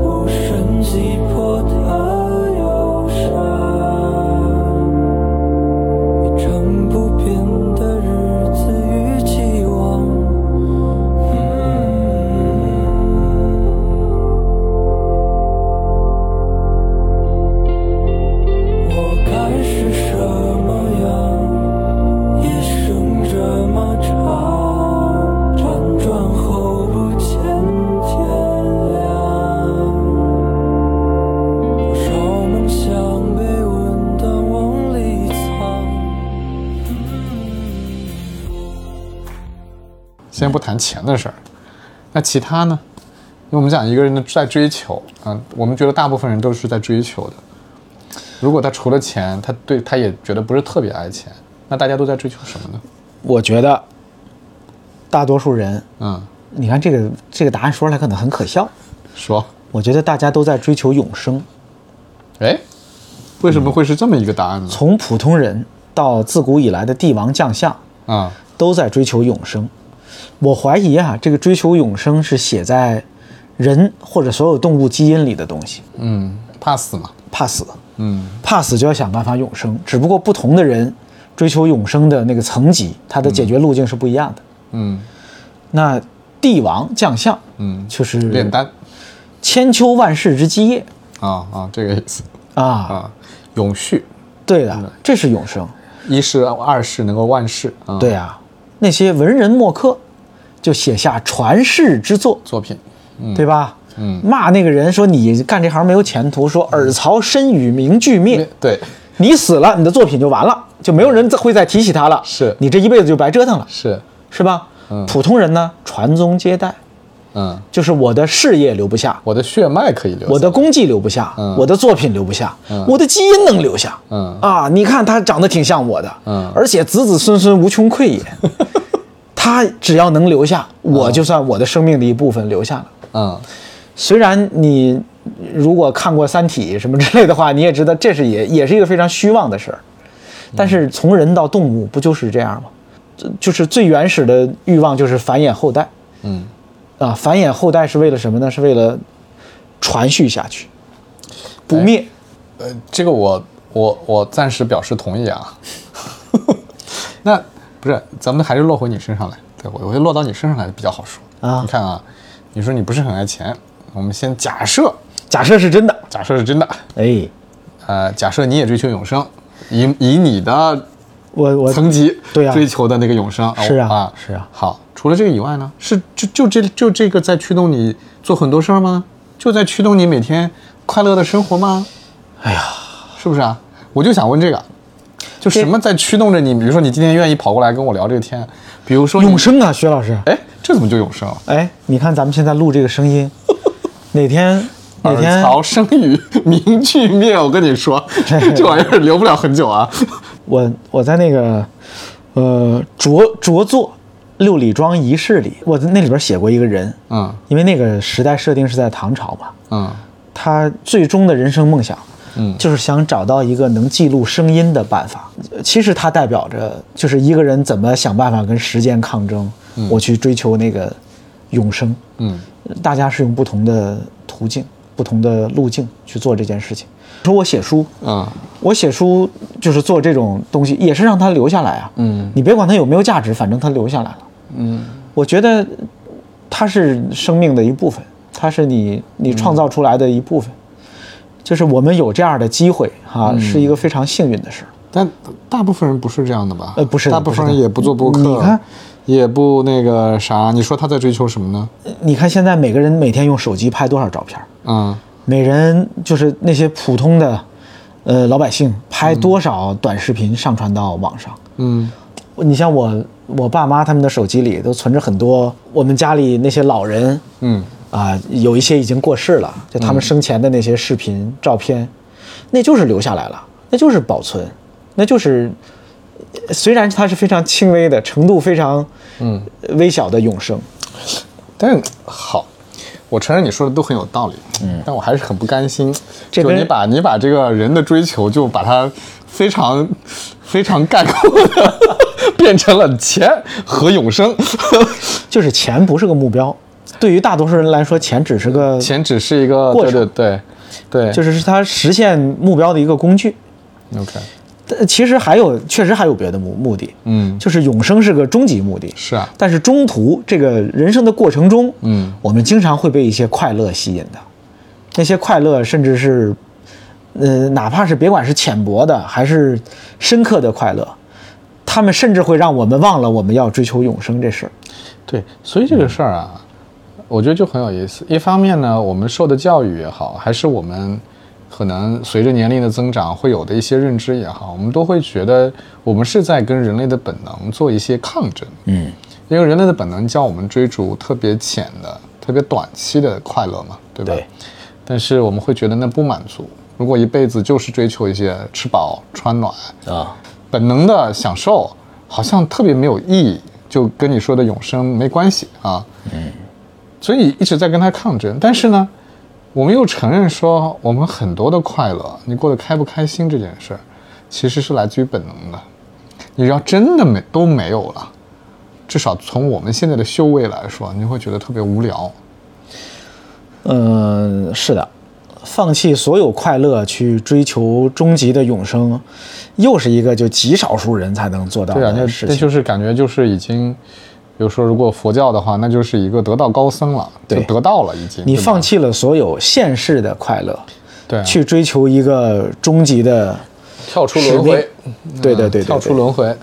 [SPEAKER 4] 无声击破的忧伤。一成不变的日子与期望。我该是什么样？一生这么长，辗转后不见天亮。多少梦想被温淡往里藏。
[SPEAKER 2] 先不谈钱的事儿，那其他呢？因为我们讲一个人的在追求啊、我们觉得大部分人都是在追求的。如果他除了钱，他对他也觉得不是特别爱钱，那大家都在追求什么呢？
[SPEAKER 1] 我觉得大多数人，
[SPEAKER 2] 嗯，
[SPEAKER 1] 你看这个这个答案说出来可能很可笑，
[SPEAKER 2] 说，
[SPEAKER 1] 我觉得大家都在追求永生，
[SPEAKER 2] 哎，为什么会是这么一个答案呢？
[SPEAKER 1] 从普通人到自古以来的帝王将相，
[SPEAKER 2] 啊、
[SPEAKER 1] 都在追求永生。我怀疑啊，这个追求永生是写在人或者所有动物基因里的东西，
[SPEAKER 2] 嗯，怕死嘛，
[SPEAKER 1] 怕死，
[SPEAKER 2] 嗯，
[SPEAKER 1] 怕死就要想办法永生。只不过不同的人追求永生的那个层级，它的解决路径是不一样的。
[SPEAKER 2] 嗯
[SPEAKER 1] 那帝王将相，
[SPEAKER 2] 嗯，
[SPEAKER 1] 就是
[SPEAKER 2] 炼丹，
[SPEAKER 1] 千秋万世之基业
[SPEAKER 2] 啊啊，这个意思
[SPEAKER 1] 啊，
[SPEAKER 2] 啊，嗯永续，
[SPEAKER 1] 对的，这是永生。
[SPEAKER 2] 一世二世能够万世啊，
[SPEAKER 1] 对啊，那些文人墨客就写下传世之作，
[SPEAKER 2] 作品，
[SPEAKER 1] 对吧？
[SPEAKER 2] 嗯
[SPEAKER 1] 骂那个人说你干这行没有前途，说尔曹身与名俱灭，
[SPEAKER 2] 对，
[SPEAKER 1] 你死了，你的作品就完了，就没有人再会再提起他了，
[SPEAKER 2] 是
[SPEAKER 1] 你这一辈子就白折腾了，
[SPEAKER 2] 是，
[SPEAKER 1] 是吧？
[SPEAKER 2] 嗯
[SPEAKER 1] 普通人呢，传宗接代，
[SPEAKER 2] 嗯，
[SPEAKER 1] 就是我的事业留不下，
[SPEAKER 2] 我的血脉可以留下，
[SPEAKER 1] 我的功绩留不下，
[SPEAKER 2] 嗯
[SPEAKER 1] 我的作品留不下，
[SPEAKER 2] 嗯
[SPEAKER 1] 我的基因能留下。
[SPEAKER 2] 嗯
[SPEAKER 1] 啊，你看他长得挺像我的，
[SPEAKER 2] 嗯
[SPEAKER 1] 而且子子孙孙无穷匮 也。他只要能留下，我就算我的生命的一部分留下了。
[SPEAKER 2] 嗯
[SPEAKER 1] 虽然你如果看过《三体》什么之类的话，你也知道这是也也是一个非常虚妄的事儿。但是从人到动物，不就是这样吗？这就是最原始的欲望就是繁衍后代
[SPEAKER 2] 嗯，
[SPEAKER 1] 啊！繁衍后代是为了什么呢？是为了传续下去，不灭。
[SPEAKER 2] 呃，这个我我我暂时表示同意啊。 那不是，咱们还是落回你身上来，对我我会落到你身上来比较好说
[SPEAKER 1] 啊
[SPEAKER 2] 你看啊，你说你不是很爱钱，我们先假设，
[SPEAKER 1] 假设是真的，
[SPEAKER 2] 假设是真的，
[SPEAKER 1] 哎，
[SPEAKER 2] 呃，假设你也追求永生，以以你的
[SPEAKER 1] 我我
[SPEAKER 2] 层级
[SPEAKER 1] 对啊
[SPEAKER 2] 追求的那个永生
[SPEAKER 1] 是啊
[SPEAKER 2] 啊
[SPEAKER 1] 是啊
[SPEAKER 2] 好，除了这个以外呢，是就就这就这个在驱动你做很多事儿吗？就在驱动你每天快乐的生活吗？
[SPEAKER 1] 哎呀，
[SPEAKER 2] 是不是啊？我就想问这个，就什么在驱动着你？比如说你今天愿意跑过来跟我聊这个天，比如说你
[SPEAKER 1] 永，生啊，薛老师，
[SPEAKER 2] 哎，这怎么就永生了？
[SPEAKER 1] 哎，你看咱们现在录这个声 音，哪天哪
[SPEAKER 2] 尔
[SPEAKER 1] 天
[SPEAKER 2] 曹生于名俱灭，我跟 你说，这玩意儿留不了很久啊。
[SPEAKER 1] 我我在那个呃着着作六里庄遗事里，我在那里边写过一个人，
[SPEAKER 2] 嗯
[SPEAKER 1] 因为那个时代设定是在唐朝嘛，
[SPEAKER 2] 嗯
[SPEAKER 1] 他最终的人生梦想。
[SPEAKER 2] 嗯
[SPEAKER 1] 就是想找到一个能记录声音的办法。其实它代表着就是一个人怎么想办法跟时间抗争，我去追求那个永生。
[SPEAKER 2] 嗯
[SPEAKER 1] 大家是用不同的途径、不同的路径去做这件事情。说我写书，
[SPEAKER 2] 嗯
[SPEAKER 1] 我写书就是做这种东西，也是让它留下来啊。
[SPEAKER 2] 嗯，
[SPEAKER 1] 你别管它有没有价值，反正它留下来了。
[SPEAKER 2] 嗯，
[SPEAKER 1] 我觉得它是生命的一部分，它是你你创造出来的一部分。就是我们有这样的机会哈、
[SPEAKER 2] 嗯
[SPEAKER 1] 是一个非常幸运的事儿。
[SPEAKER 2] 但大部分人不是这样的吧？
[SPEAKER 1] 呃不是的
[SPEAKER 2] 大部
[SPEAKER 1] 不
[SPEAKER 2] 分人
[SPEAKER 1] 是的
[SPEAKER 2] 也不做播客，
[SPEAKER 1] 你看，
[SPEAKER 2] 也不那个啥。你说他在追求什么呢？
[SPEAKER 1] 你看现在每个人每天用手机拍多少照片儿？
[SPEAKER 2] 嗯，
[SPEAKER 1] 每人就是那些普通的，呃，老百姓拍多少短视频上传到网上？
[SPEAKER 2] 嗯，
[SPEAKER 1] 你像我，我爸妈他们的手机里都存着很多我们家里那些老人，
[SPEAKER 2] 嗯，
[SPEAKER 1] 啊、有一些已经过世了，就他们生前的那些视频、照片，那就是留下来了，那就是保存，那就是呃虽然它是非常轻微的程度，非常嗯微小的永生，
[SPEAKER 2] 但是好，我承认你说的都很有道理，嗯，但我还是很不甘心。
[SPEAKER 1] 这
[SPEAKER 2] 就
[SPEAKER 1] 跟
[SPEAKER 2] 你把你把这个人的追求，就把它非常 非常概括的变成了钱和永生，
[SPEAKER 1] 就是钱不是个目标，对于大多数人来说，钱只是个
[SPEAKER 2] 钱只是一个
[SPEAKER 1] 过
[SPEAKER 2] 对对
[SPEAKER 1] 程
[SPEAKER 2] 对对，
[SPEAKER 1] 就是是他实现目标的一个工具。
[SPEAKER 2] OK，
[SPEAKER 1] 但呃其实还有，确实还有别的目目的，
[SPEAKER 2] 嗯，
[SPEAKER 1] 就是永生是个终极目的，
[SPEAKER 2] 是啊，
[SPEAKER 1] 但是中途这个人生的过程中，
[SPEAKER 2] 嗯
[SPEAKER 1] 我们经常会被一些快乐吸引的，那些快乐甚至是，呃，哪怕是别管是浅薄的还是深刻的快乐，他们甚至会让我们忘了我们要追求永生这事儿。
[SPEAKER 2] 对，所以这个事儿啊，我觉得就很有意思。一方面呢，我们受的教育也好，还是我们可能随着年龄的增长会有的一些认知也好，我们都会觉得我们是在跟人类的本能做一些抗争。
[SPEAKER 1] 嗯，
[SPEAKER 2] 因为人类的本能叫我们追逐特别浅的、特别短期的快乐嘛，对吧？
[SPEAKER 1] 对
[SPEAKER 2] 但是我们会觉得那不满足。如果一辈子就是追求一些吃饱穿暖，
[SPEAKER 1] 啊，
[SPEAKER 2] 本能的享受，好像特别没有意义，就跟你说的永生没关系啊。嗯，所以一直在跟他抗争，但是呢，我们又承认说，我们很多的快乐，你过得开不开心这件事儿，其实是来自于本能的。你要真的没都没有了，至少从我们现在的修为来说，你会觉得特别无聊。
[SPEAKER 1] 嗯，是的，放弃所有快乐去追求终极的永生，又是一个就极少数人才能做到
[SPEAKER 2] 对啊，那
[SPEAKER 1] 的事
[SPEAKER 2] 那
[SPEAKER 1] 情。
[SPEAKER 2] 就是感觉就是已经，比如说如果佛教的话，那就是一个得道高僧了，就
[SPEAKER 1] 对
[SPEAKER 2] 得道了已经。
[SPEAKER 1] 你
[SPEAKER 2] 对吧
[SPEAKER 1] 放弃了所有现世的快乐，
[SPEAKER 2] 对啊
[SPEAKER 1] 去追求一个终极的，
[SPEAKER 2] 跳出
[SPEAKER 1] 使
[SPEAKER 2] 轮
[SPEAKER 1] 命
[SPEAKER 2] 回，
[SPEAKER 1] 对
[SPEAKER 2] 嗯
[SPEAKER 1] 对对对
[SPEAKER 2] 跳出
[SPEAKER 1] 对
[SPEAKER 2] 轮回。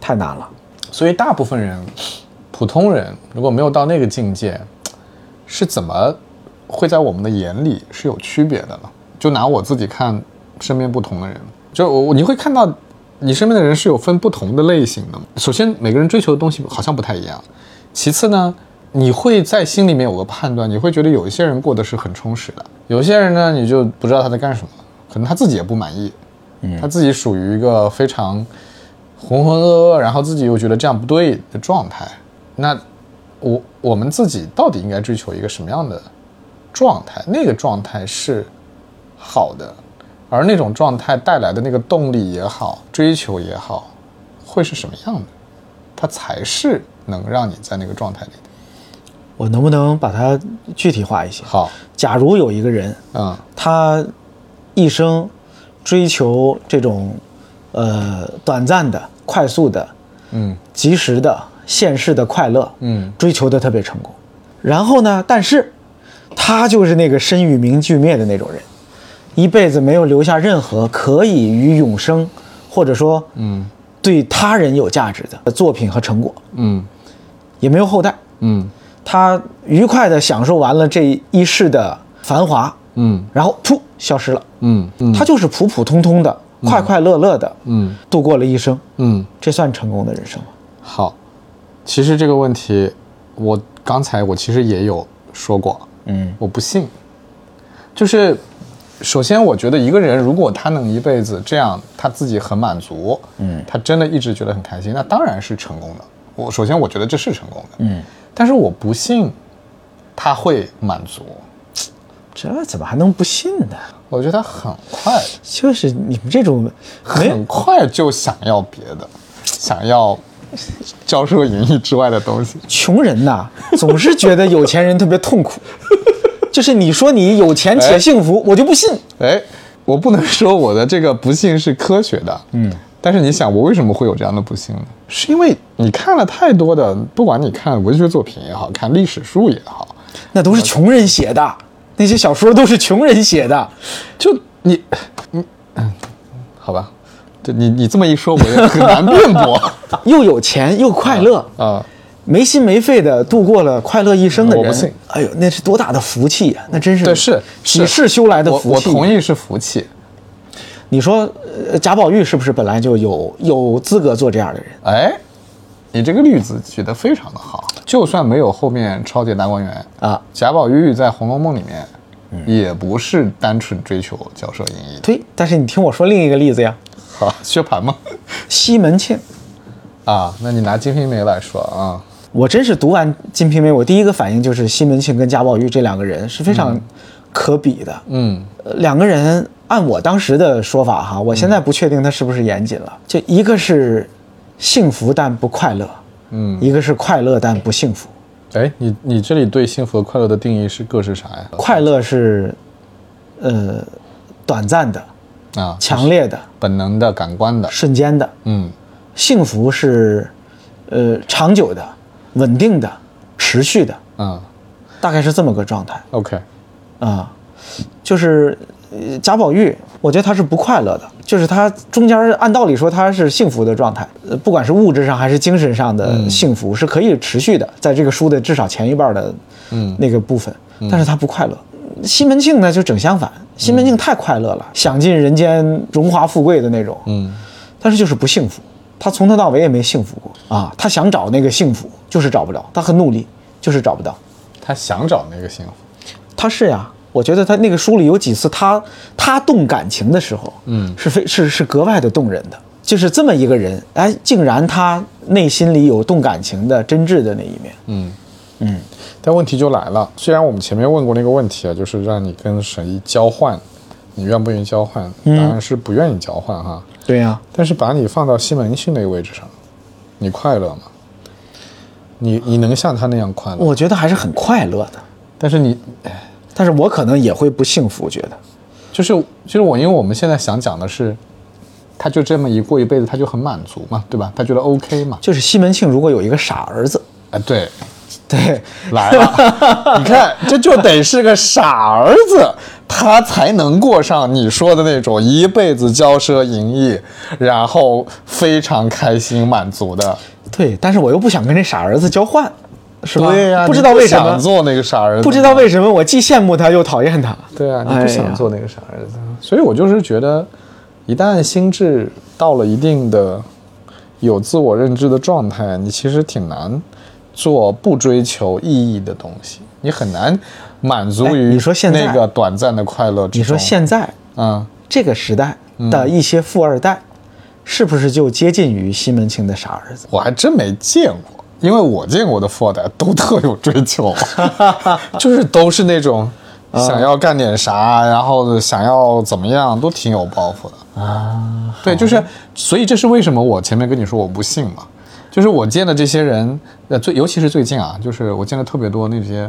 [SPEAKER 1] 太难了。
[SPEAKER 2] 所以大部分人，普通人如果没有到那个境界，是怎么会在我们的眼里是有区别的呢？就拿我自己看身边不同的人，就我我你会看到你身边的人是有分不同的类型的。首先，每个人追求的东西好像不太一样。其次呢，你会在心里面有个判断，你会觉得有一些人过得是很充实的，有些人呢，你就不知道他在干什么，可能他自己也不满意，他自己属于一个非常浑浑噩噩，然后自己又觉得这样不对的状态。那我我们自己到底应该追求一个什么样的状态？那个状态是好的，而那种状态带来的那个动力也好，追求也好，会是什么样的？它才是能让你在那个状态里的。
[SPEAKER 1] 我能不能把它具体化一些？
[SPEAKER 2] 好，
[SPEAKER 1] 假如有一个人，
[SPEAKER 2] 嗯
[SPEAKER 1] 他一生追求这种呃短暂的、快速的、
[SPEAKER 2] 嗯
[SPEAKER 1] 及时的、现世的快乐，
[SPEAKER 2] 嗯
[SPEAKER 1] 追求的特别成功。然后呢，但是他就是那个身与名俱灭的那种人，一辈子没有留下任何可以与永生，或者说
[SPEAKER 2] 嗯
[SPEAKER 1] 对他人有价值的作品和成果，
[SPEAKER 2] 嗯
[SPEAKER 1] 也没有后代。
[SPEAKER 2] 嗯
[SPEAKER 1] 他愉快地享受完了这一世的繁华，
[SPEAKER 2] 嗯
[SPEAKER 1] 然后噗消失了。
[SPEAKER 2] 嗯嗯
[SPEAKER 1] 他就是普普通通的、快快乐乐的
[SPEAKER 2] 嗯
[SPEAKER 1] 度过了一生，
[SPEAKER 2] 嗯，
[SPEAKER 1] 这算成功的人生吗？
[SPEAKER 2] 好。其实这个问题，我刚才我其实也有说过，
[SPEAKER 1] 嗯
[SPEAKER 2] 我不信。就是，首先我觉得一个人如果他能一辈子这样，他自己很满足，
[SPEAKER 1] 嗯
[SPEAKER 2] 他真的一直觉得很开心，那当然是成功的。我首先我觉得这是成功的，
[SPEAKER 1] 嗯，
[SPEAKER 2] 但是我不信他会满足，
[SPEAKER 1] 这怎么还能不信呢？
[SPEAKER 2] 我觉得他很快
[SPEAKER 1] 就是你们这 种没
[SPEAKER 2] 很快就想要别的，想要教授演绎之外的东西。
[SPEAKER 1] 穷人呐，总是觉得有钱人特别痛 苦。就是你说你有钱
[SPEAKER 2] 哎
[SPEAKER 1] 且幸福，我就不信。
[SPEAKER 2] 哎，我不能说我的这个不幸是科学的，嗯，但是你想，我为什么会有这样的不幸呢？是因为你看了太多的，不管你看文学作品也好看历史书也好，
[SPEAKER 1] 那
[SPEAKER 2] 嗯
[SPEAKER 1] 都是穷人写的，那些小说都是穷人写的。
[SPEAKER 2] 就你你嗯好吧，这你你这么一说，我也很难辩驳
[SPEAKER 1] 又有钱又快乐，
[SPEAKER 2] 啊。
[SPEAKER 1] 没心没肺的度过了快乐一生的人，
[SPEAKER 2] 我不信
[SPEAKER 1] 哎呦，那是多大的福气呀、那真是
[SPEAKER 2] 对，是
[SPEAKER 1] 几世修来的
[SPEAKER 2] 我
[SPEAKER 1] 福
[SPEAKER 2] 我
[SPEAKER 1] 气。
[SPEAKER 2] 同。意是福气。
[SPEAKER 1] 你说，呃贾宝玉是不是本来就有有资格做这样的人？
[SPEAKER 2] 哎，你这个例子举得非常的好。就算没有后面超级大观园
[SPEAKER 1] 啊，嗯
[SPEAKER 2] 贾宝玉在《红楼梦》里面、也不是单纯追求骄奢淫逸的。
[SPEAKER 1] 对，但是你听我说另一个例子呀，
[SPEAKER 2] 好， 薛蟠吗？
[SPEAKER 1] 西门庆。
[SPEAKER 2] 啊，那你拿《金瓶梅》来说啊，
[SPEAKER 1] 我真是读完《金瓶梅》，我第一个反应就是西门庆跟贾宝玉这两个人是非常可比的。
[SPEAKER 2] 嗯，
[SPEAKER 1] 呃两个人按我当时的说法哈，我现在不确定他是不是严谨了。就一个是幸福但不快乐，
[SPEAKER 2] 嗯
[SPEAKER 1] 一个是快乐但不幸福。
[SPEAKER 2] 哎，你你这里对幸福和快乐的定义是各是啥呀？
[SPEAKER 1] 快乐是，呃，短暂的、
[SPEAKER 2] 啊，
[SPEAKER 1] 强烈的、
[SPEAKER 2] 本能的、感官的，
[SPEAKER 1] 瞬间的；
[SPEAKER 2] 嗯，
[SPEAKER 1] 幸福是，呃，长久的、稳定的、持续的，
[SPEAKER 2] 嗯
[SPEAKER 1] 大概是这么个状态。
[SPEAKER 2] ，OK，
[SPEAKER 1] 啊、就是呃贾宝玉，我觉得他是不快乐的，就是他中间儿按道理说他是幸福的状态，呃不管是物质上还是精神上的
[SPEAKER 2] 嗯
[SPEAKER 1] 幸福、是可以持续的，在这个书的至少前一半的
[SPEAKER 2] 嗯
[SPEAKER 1] 那个部分，但是他不快乐。西门庆呢就整相反，西
[SPEAKER 2] 嗯
[SPEAKER 1] 门庆太快乐了，享尽人间荣华富贵的那种，
[SPEAKER 2] 嗯，
[SPEAKER 1] 但是就是不幸福。他从头到尾也没幸福过啊，他想找那个幸福就是找不着，他很努力就是找不到。
[SPEAKER 2] 他想找那个幸福，
[SPEAKER 1] 他是呀、我觉得他那个书里有几次他他动感情的时候，
[SPEAKER 2] 嗯
[SPEAKER 1] 是非是是格外的动人的。就是这么一个人，哎，竟然他内心里有动感情的真挚的那一面。
[SPEAKER 2] 嗯，嗯，但问题就来了，虽然我们前面问过那个问题啊，就是让你跟谁交换，你愿不愿意交换？
[SPEAKER 1] 嗯
[SPEAKER 2] 当然是不愿意交换哈。
[SPEAKER 1] 对呀、
[SPEAKER 2] 但是把你放到西门庆那个位置上，你快乐吗？你你能像他那样快乐？
[SPEAKER 1] 我觉得还是很快乐的。
[SPEAKER 2] 但是你，
[SPEAKER 1] 但是我可能也会不幸福，觉得
[SPEAKER 2] 就是就是我，因为我们现在想讲的是，他就这么一过一辈子，他就很满足嘛，对吧？他觉得 OK 嘛？
[SPEAKER 1] 就是西门庆如果有一个傻儿子，
[SPEAKER 2] 哎，对，
[SPEAKER 1] 对，
[SPEAKER 2] 来了，你看，这就得是个傻儿子，他才能过上你说的那种一辈子骄奢淫逸，然后非常开心满足的，
[SPEAKER 1] 对，但是我又不想跟这傻儿子交换，是吧？
[SPEAKER 2] 对呀、
[SPEAKER 1] 不知道为什
[SPEAKER 2] 你
[SPEAKER 1] 么
[SPEAKER 2] 不想，做那个傻儿子，
[SPEAKER 1] 不知道为什么，我既羡慕他又讨厌他。
[SPEAKER 2] 对啊，
[SPEAKER 1] 哎
[SPEAKER 2] 你不
[SPEAKER 1] 呀
[SPEAKER 2] 想做那个傻儿子，所以我就是觉得，一旦心智到了一定的有自我认知的状态，你其实挺难做不追求意义的东西，你很难满足
[SPEAKER 1] 哎
[SPEAKER 2] 于
[SPEAKER 1] 你说现在
[SPEAKER 2] 那个短暂的快乐之中。
[SPEAKER 1] 你说现在
[SPEAKER 2] 啊、
[SPEAKER 1] 这个时代的
[SPEAKER 2] 嗯
[SPEAKER 1] 一些富二代，是不是就接近于西门庆的傻儿子？
[SPEAKER 2] 我还真没见过，因为我见过的富二代都特有追求，就是都是那种想要干点啥，然后想要怎么样，都挺有抱负的啊。对，就是所以这是为什么我前面跟你说我不信嘛，就是我见的这些人，呃，最尤其是最近啊，就是我见了特别多那些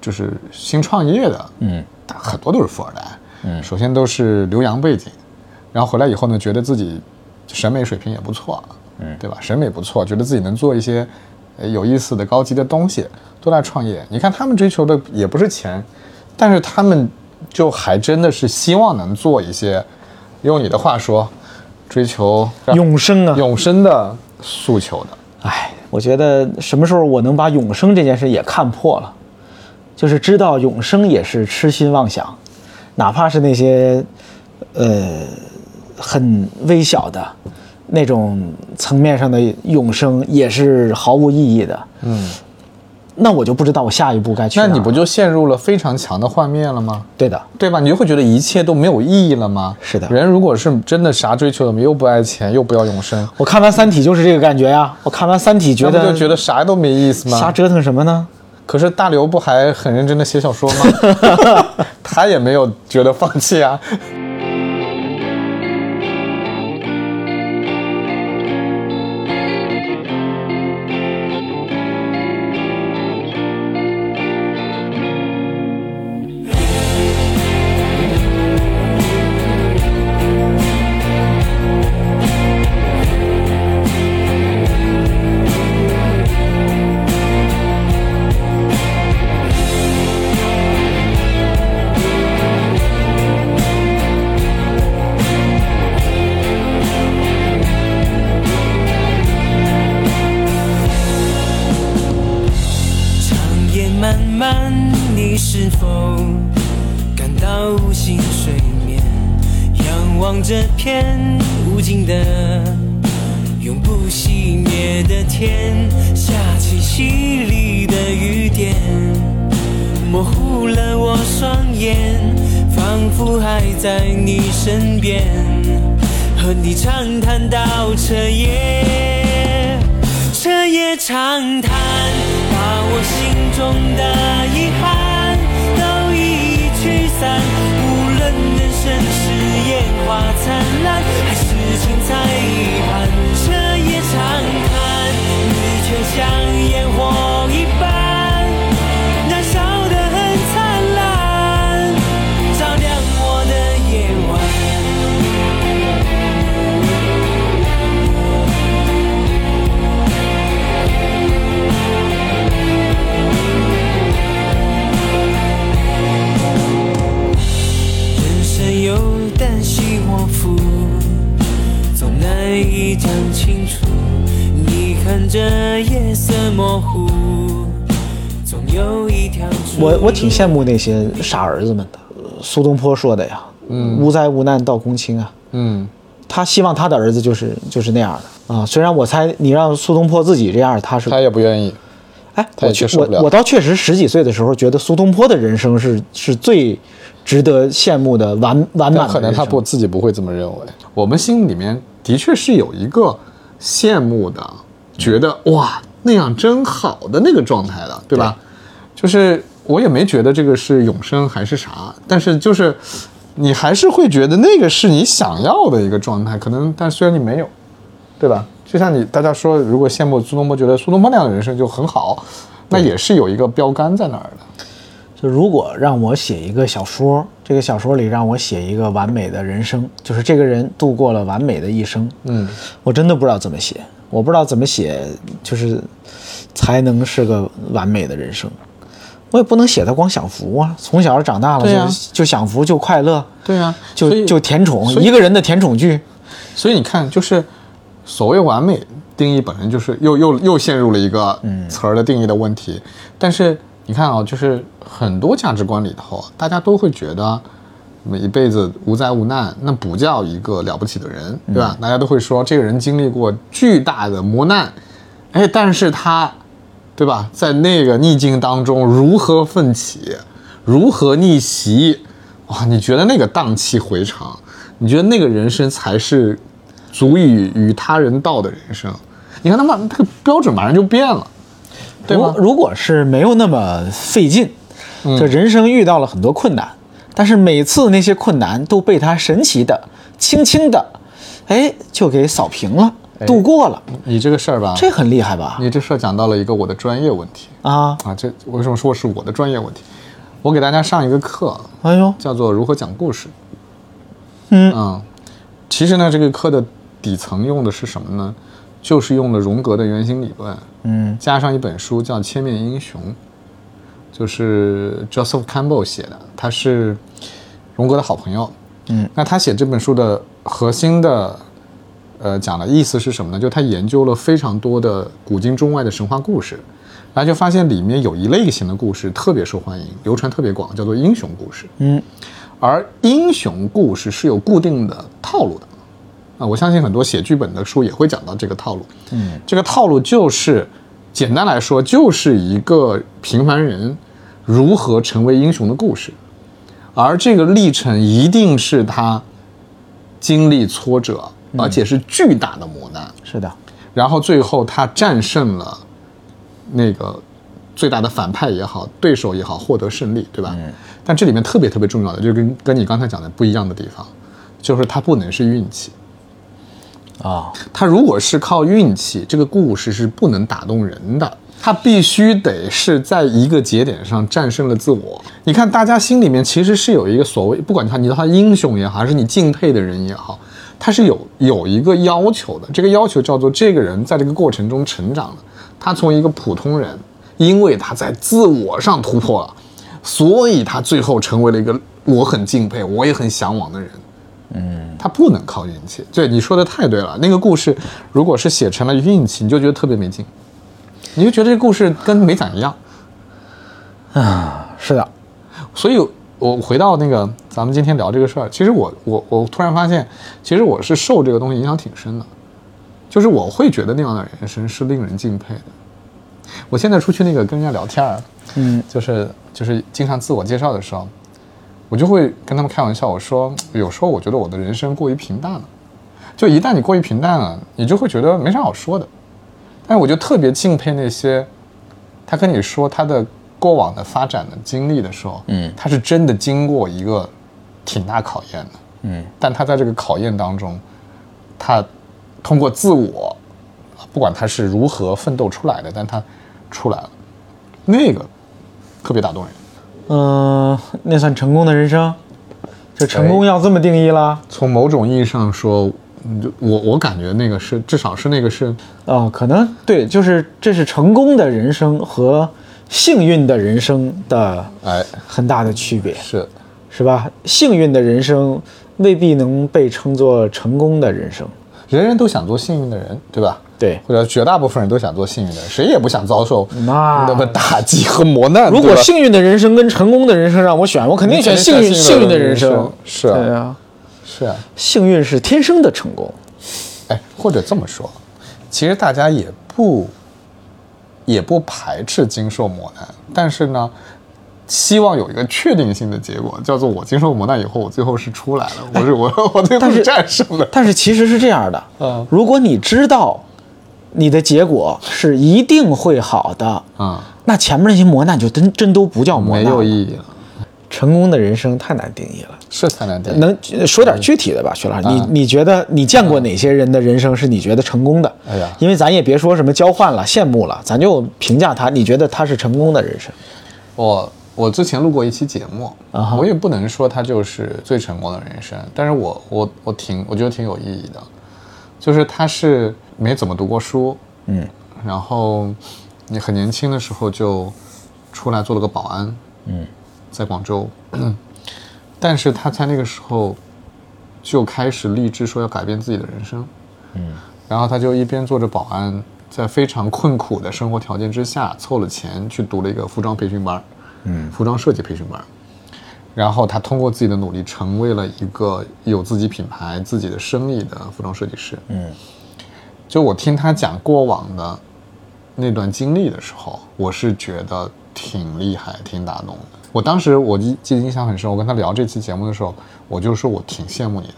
[SPEAKER 2] 就是新创业的，嗯，很多都是富二代，嗯，首先都是留洋背景，然后回来以后呢，觉得自己审美水平也不错，嗯，对吧？审美不错，觉得自己能做一些呃有意思的高级的东西，都来创业。你看他们追求的也不是钱，但是他们就还真的是希望能做一些，用你的话说，追求
[SPEAKER 1] 永生啊！
[SPEAKER 2] 永生的诉求的。
[SPEAKER 1] 哎，我觉得什么时候我能把永生这件事也看破了，就是知道永生也是痴心妄想，哪怕是那些，呃，很微小的那种层面上的永生，也是毫无意义的。嗯，那我就不知道我下一步该去哪儿
[SPEAKER 2] 那
[SPEAKER 1] 了。
[SPEAKER 2] 你不就陷入了非常强的幻灭了吗？
[SPEAKER 1] 对的？
[SPEAKER 2] 对吧？你就会觉得一切都没有意义了吗？
[SPEAKER 1] 是的
[SPEAKER 2] 人如果是真的啥追求都没有，又不爱钱，又不要永生，
[SPEAKER 1] 我看完《三体》就是这个感觉呀、我看完《三体》觉
[SPEAKER 2] 那
[SPEAKER 1] 得
[SPEAKER 2] 不就觉得啥都没意思吗？
[SPEAKER 1] 瞎折腾什么呢？
[SPEAKER 2] 可是大刘不还很认真的写小说 吗？他也没有觉得放弃啊。
[SPEAKER 3] 我是否感到无心睡眠？仰望这片无尽的、永不熄灭的天，下起淅沥的雨点，模糊了我双眼，仿佛还在你身边，和你长谈到彻夜。彻夜长谈，把我心中的遗憾都一一驱散。无论人生是烟花灿烂，还是青菜一盘，彻夜长谈，你却像烟火一般，燃烧得很灿烂，照亮我的夜晚。人生有旦夕祸福，总难以讲清楚。你看这夜色模糊，总有一条出
[SPEAKER 1] 我我挺羡慕那些傻儿子们的。苏东坡说的呀，嗯，无灾无难到公卿啊，
[SPEAKER 2] 嗯，
[SPEAKER 1] 他希望他的儿子就是就是那样的啊。虽然我猜你让苏东坡自己这样，他是
[SPEAKER 2] 他也不愿意。
[SPEAKER 1] 哎，
[SPEAKER 2] 他
[SPEAKER 1] 我
[SPEAKER 2] 也
[SPEAKER 1] 确
[SPEAKER 2] 接受
[SPEAKER 1] 我
[SPEAKER 2] 不了
[SPEAKER 1] 我倒确实十几岁的时候觉得苏东坡的人生是是最值得羡慕的完完满的
[SPEAKER 2] 但可能
[SPEAKER 1] 人
[SPEAKER 2] 他
[SPEAKER 1] 生
[SPEAKER 2] 不自己不会这么认为。我们心里面的确是有一个羡慕的，觉得哇那样真好的那个状态的，对吧？就是我也没觉得这个是永生还是啥，但是就是你还是会觉得那个是你想要的一个状态，可能但虽然你没有，对吧？就像你大家说，如果羡慕苏东坡，觉得苏东坡那样的人生就很好，那也是有一个标杆在那儿的。
[SPEAKER 1] 就如果让我写一个小说，这个小说里让我写一个完美的人生，就是这个人度过了完美的一生，
[SPEAKER 2] 嗯，
[SPEAKER 1] 我真的不知道怎么写，我不知道怎么写，就是才能是个完美的人生。我也不能写他光享福啊，从小长大了
[SPEAKER 2] 对
[SPEAKER 1] 就、
[SPEAKER 2] 啊
[SPEAKER 1] 就享福就快乐，
[SPEAKER 2] 对啊，所
[SPEAKER 1] 就
[SPEAKER 2] 以
[SPEAKER 1] 就甜宠，
[SPEAKER 2] 所以
[SPEAKER 1] 一个人的甜宠剧。
[SPEAKER 2] 所以你看，就是所谓完美定义本身就是又又又陷入了一个词儿的定义的问题。但是你看啊，就是很多价值观里头，大家都会觉得每一辈子无灾无难，那不叫一个了不起的人，对吧？大家都会说这个人经历过巨大的磨难，哎，但是他，对吧，在那个逆境当中如何奋起，如何逆袭，哇，你觉得那个荡气回肠，你觉得那个人生才是足以与他人道的人生？你看他们这个标准马上就变了，哦对
[SPEAKER 1] 如
[SPEAKER 2] 吗？嗯
[SPEAKER 1] 如果是没有那么费劲，就人生遇到了很多困难，但是每次那些困难都被他神奇的、轻轻的，哎，就给扫平了，度过了，
[SPEAKER 2] 你这个事儿吧，
[SPEAKER 1] 这很厉害吧？
[SPEAKER 2] 哎你这事儿讲到了一个我的专业问题
[SPEAKER 1] 啊，
[SPEAKER 2] 啊，这为什么说是我的专业问题？我给大家上一个课，
[SPEAKER 1] 哎呦，
[SPEAKER 2] 叫做如何讲故事。
[SPEAKER 1] 嗯
[SPEAKER 2] 啊其实呢，这个课的底层用的是什么呢？就是用了荣格的原型理论，
[SPEAKER 1] 嗯
[SPEAKER 2] 加上一本书叫《千面英雄》，就是 Joseph Campbell 写的，他是荣格的好朋友。
[SPEAKER 1] 嗯，
[SPEAKER 2] 那他写这本书的核心的，呃，讲的意思是什么呢？就他研究了非常多的古今中外的神话故事，然后就发现里面有一类型的故事特别受欢迎，流传特别广，叫做英雄故事。
[SPEAKER 1] 嗯，
[SPEAKER 2] 而英雄故事是有固定的套路的，啊，我相信很多写剧本的书也会讲到这个套路。
[SPEAKER 1] 嗯，
[SPEAKER 2] 这个套路就是，简单来说，就是一个平凡人如何成为英雄的故事，而这个历程一定是他经历挫折，而且是巨大的磨难，
[SPEAKER 1] 是的，
[SPEAKER 2] 然后最后他战胜了那个最大的反派也好，对手也好，获得胜利，对吧？但这里面特别特别重要的，就跟跟你刚才讲的不一样的地方，就是它不能是运气。
[SPEAKER 1] 啊，
[SPEAKER 2] 他如果是靠运气，这个故事是不能打动人的。他必须得是在一个节点上战胜了自我。你看，大家心里面其实是有一个所谓，不管他你叫他英雄也好，还是你敬佩的人也好，他是有有一个要求的。这个要求叫做这个人在这个过程中成长了，他从一个普通人，因为他在自我上突破了，所以他最后成为了一个我很敬佩、我也很向往的人。它不能靠运气。对，你说的太对了。那个故事如果是写成了运气，你就觉得特别没劲，你就觉得这故事跟没讲一样。
[SPEAKER 1] 是的，
[SPEAKER 2] 所以我回到那个咱们今天聊这个事儿，其实我我我突然发现，其实我是受这个东西影响挺深的，就是我会觉得那样的人生是令人敬佩的。我现在出去那个跟人家聊天儿，
[SPEAKER 1] 嗯，
[SPEAKER 2] 就是就是经常自我介绍的时候，我就会跟他们开玩笑，我说哎有时候我觉得我的人生过于平淡了，就一旦你过于平淡了，你就会觉得没啥好说的。但是我就特别敬佩那些，他跟你说他的过往的发展的经历的时候，
[SPEAKER 1] 嗯
[SPEAKER 2] 他是真的经过一个挺大考验的，
[SPEAKER 1] 嗯
[SPEAKER 2] 但他在这个考验当中，他通过自我，不管他是如何奋斗出来的，但他出来了，那个特别打动人。
[SPEAKER 1] 嗯、那算成功的人生？这成功
[SPEAKER 2] 哎
[SPEAKER 1] 要这么定义啦？
[SPEAKER 2] 从某种意义上说，嗯就我我感觉那个是至少是那个是
[SPEAKER 1] 哦，可能对，就是这是成功的人生和幸运的人生的
[SPEAKER 2] 哎
[SPEAKER 1] 很大的区别，
[SPEAKER 2] 是
[SPEAKER 1] 是吧？幸运的人生未必能被称作成功的人生，
[SPEAKER 2] 人人都想做幸运的人，对吧？
[SPEAKER 1] 对。
[SPEAKER 2] 或者绝大部分人都想做幸运的人，谁也不想遭受
[SPEAKER 1] 那
[SPEAKER 2] 那么打击和磨难。
[SPEAKER 1] 如
[SPEAKER 2] 对
[SPEAKER 1] 果
[SPEAKER 2] 吧
[SPEAKER 1] 幸运的人生跟成功的人生让我选，我肯定选幸运
[SPEAKER 2] 肯定选
[SPEAKER 1] 幸运的人
[SPEAKER 2] 幸运的人
[SPEAKER 1] 生
[SPEAKER 2] 生。是啊
[SPEAKER 1] 对啊，
[SPEAKER 2] 是啊，
[SPEAKER 1] 幸运是天生的成功。
[SPEAKER 2] 哎，或者这么说，其实大家也不也不排斥经受磨难，但是呢，希望有一个确定性的结果，叫做我经受磨难以后，我最后是出来了，我是我我最后
[SPEAKER 1] 哎但是呃
[SPEAKER 2] 战胜的。
[SPEAKER 1] 但是其实是这样的，
[SPEAKER 2] 嗯
[SPEAKER 1] 如果你知道你的结果是一定会好的，
[SPEAKER 2] 啊、
[SPEAKER 1] 那前面那些磨难就真真都不叫磨
[SPEAKER 2] 没
[SPEAKER 1] 难，
[SPEAKER 2] 有意义了，
[SPEAKER 1] 成功的人生太难定义了。
[SPEAKER 2] 是才难定。
[SPEAKER 1] 能呃说点具体的吧，徐老师？你
[SPEAKER 2] 啊
[SPEAKER 1] 你觉得你见过哪些人的人生是你觉得成功的？
[SPEAKER 2] 哎呀
[SPEAKER 1] 因为咱也别说什么交换了、羡慕了，咱就评价他，你觉得他是成功的人生？
[SPEAKER 2] 我我之前录过一期节目
[SPEAKER 1] 啊哈
[SPEAKER 2] 我也不能说它就是最成功的人生，但是我我我挺我觉得挺有意义的，就是他是没怎么读过书，
[SPEAKER 1] 嗯，
[SPEAKER 2] 然后你很年轻的时候就出来做了个保安，
[SPEAKER 1] 嗯，
[SPEAKER 2] 在广州，但是他在那个时候就开始立志说要改变自己的人生，
[SPEAKER 1] 嗯，
[SPEAKER 2] 然后他就一边做着保安，在非常困苦的生活条件之下凑了钱去读了一个服装培训班，
[SPEAKER 1] 嗯，
[SPEAKER 2] 服装设计培训班。然后他通过自己的努力，成为了一个有自己品牌、自己的生意的服装设计师。
[SPEAKER 1] 嗯，
[SPEAKER 2] 就我听他讲过往的那段经历的时候，我是觉得挺厉害、挺打动的。我当时我记记得印象很深，我跟他聊这期节目的时候，我就说我挺羡慕你的。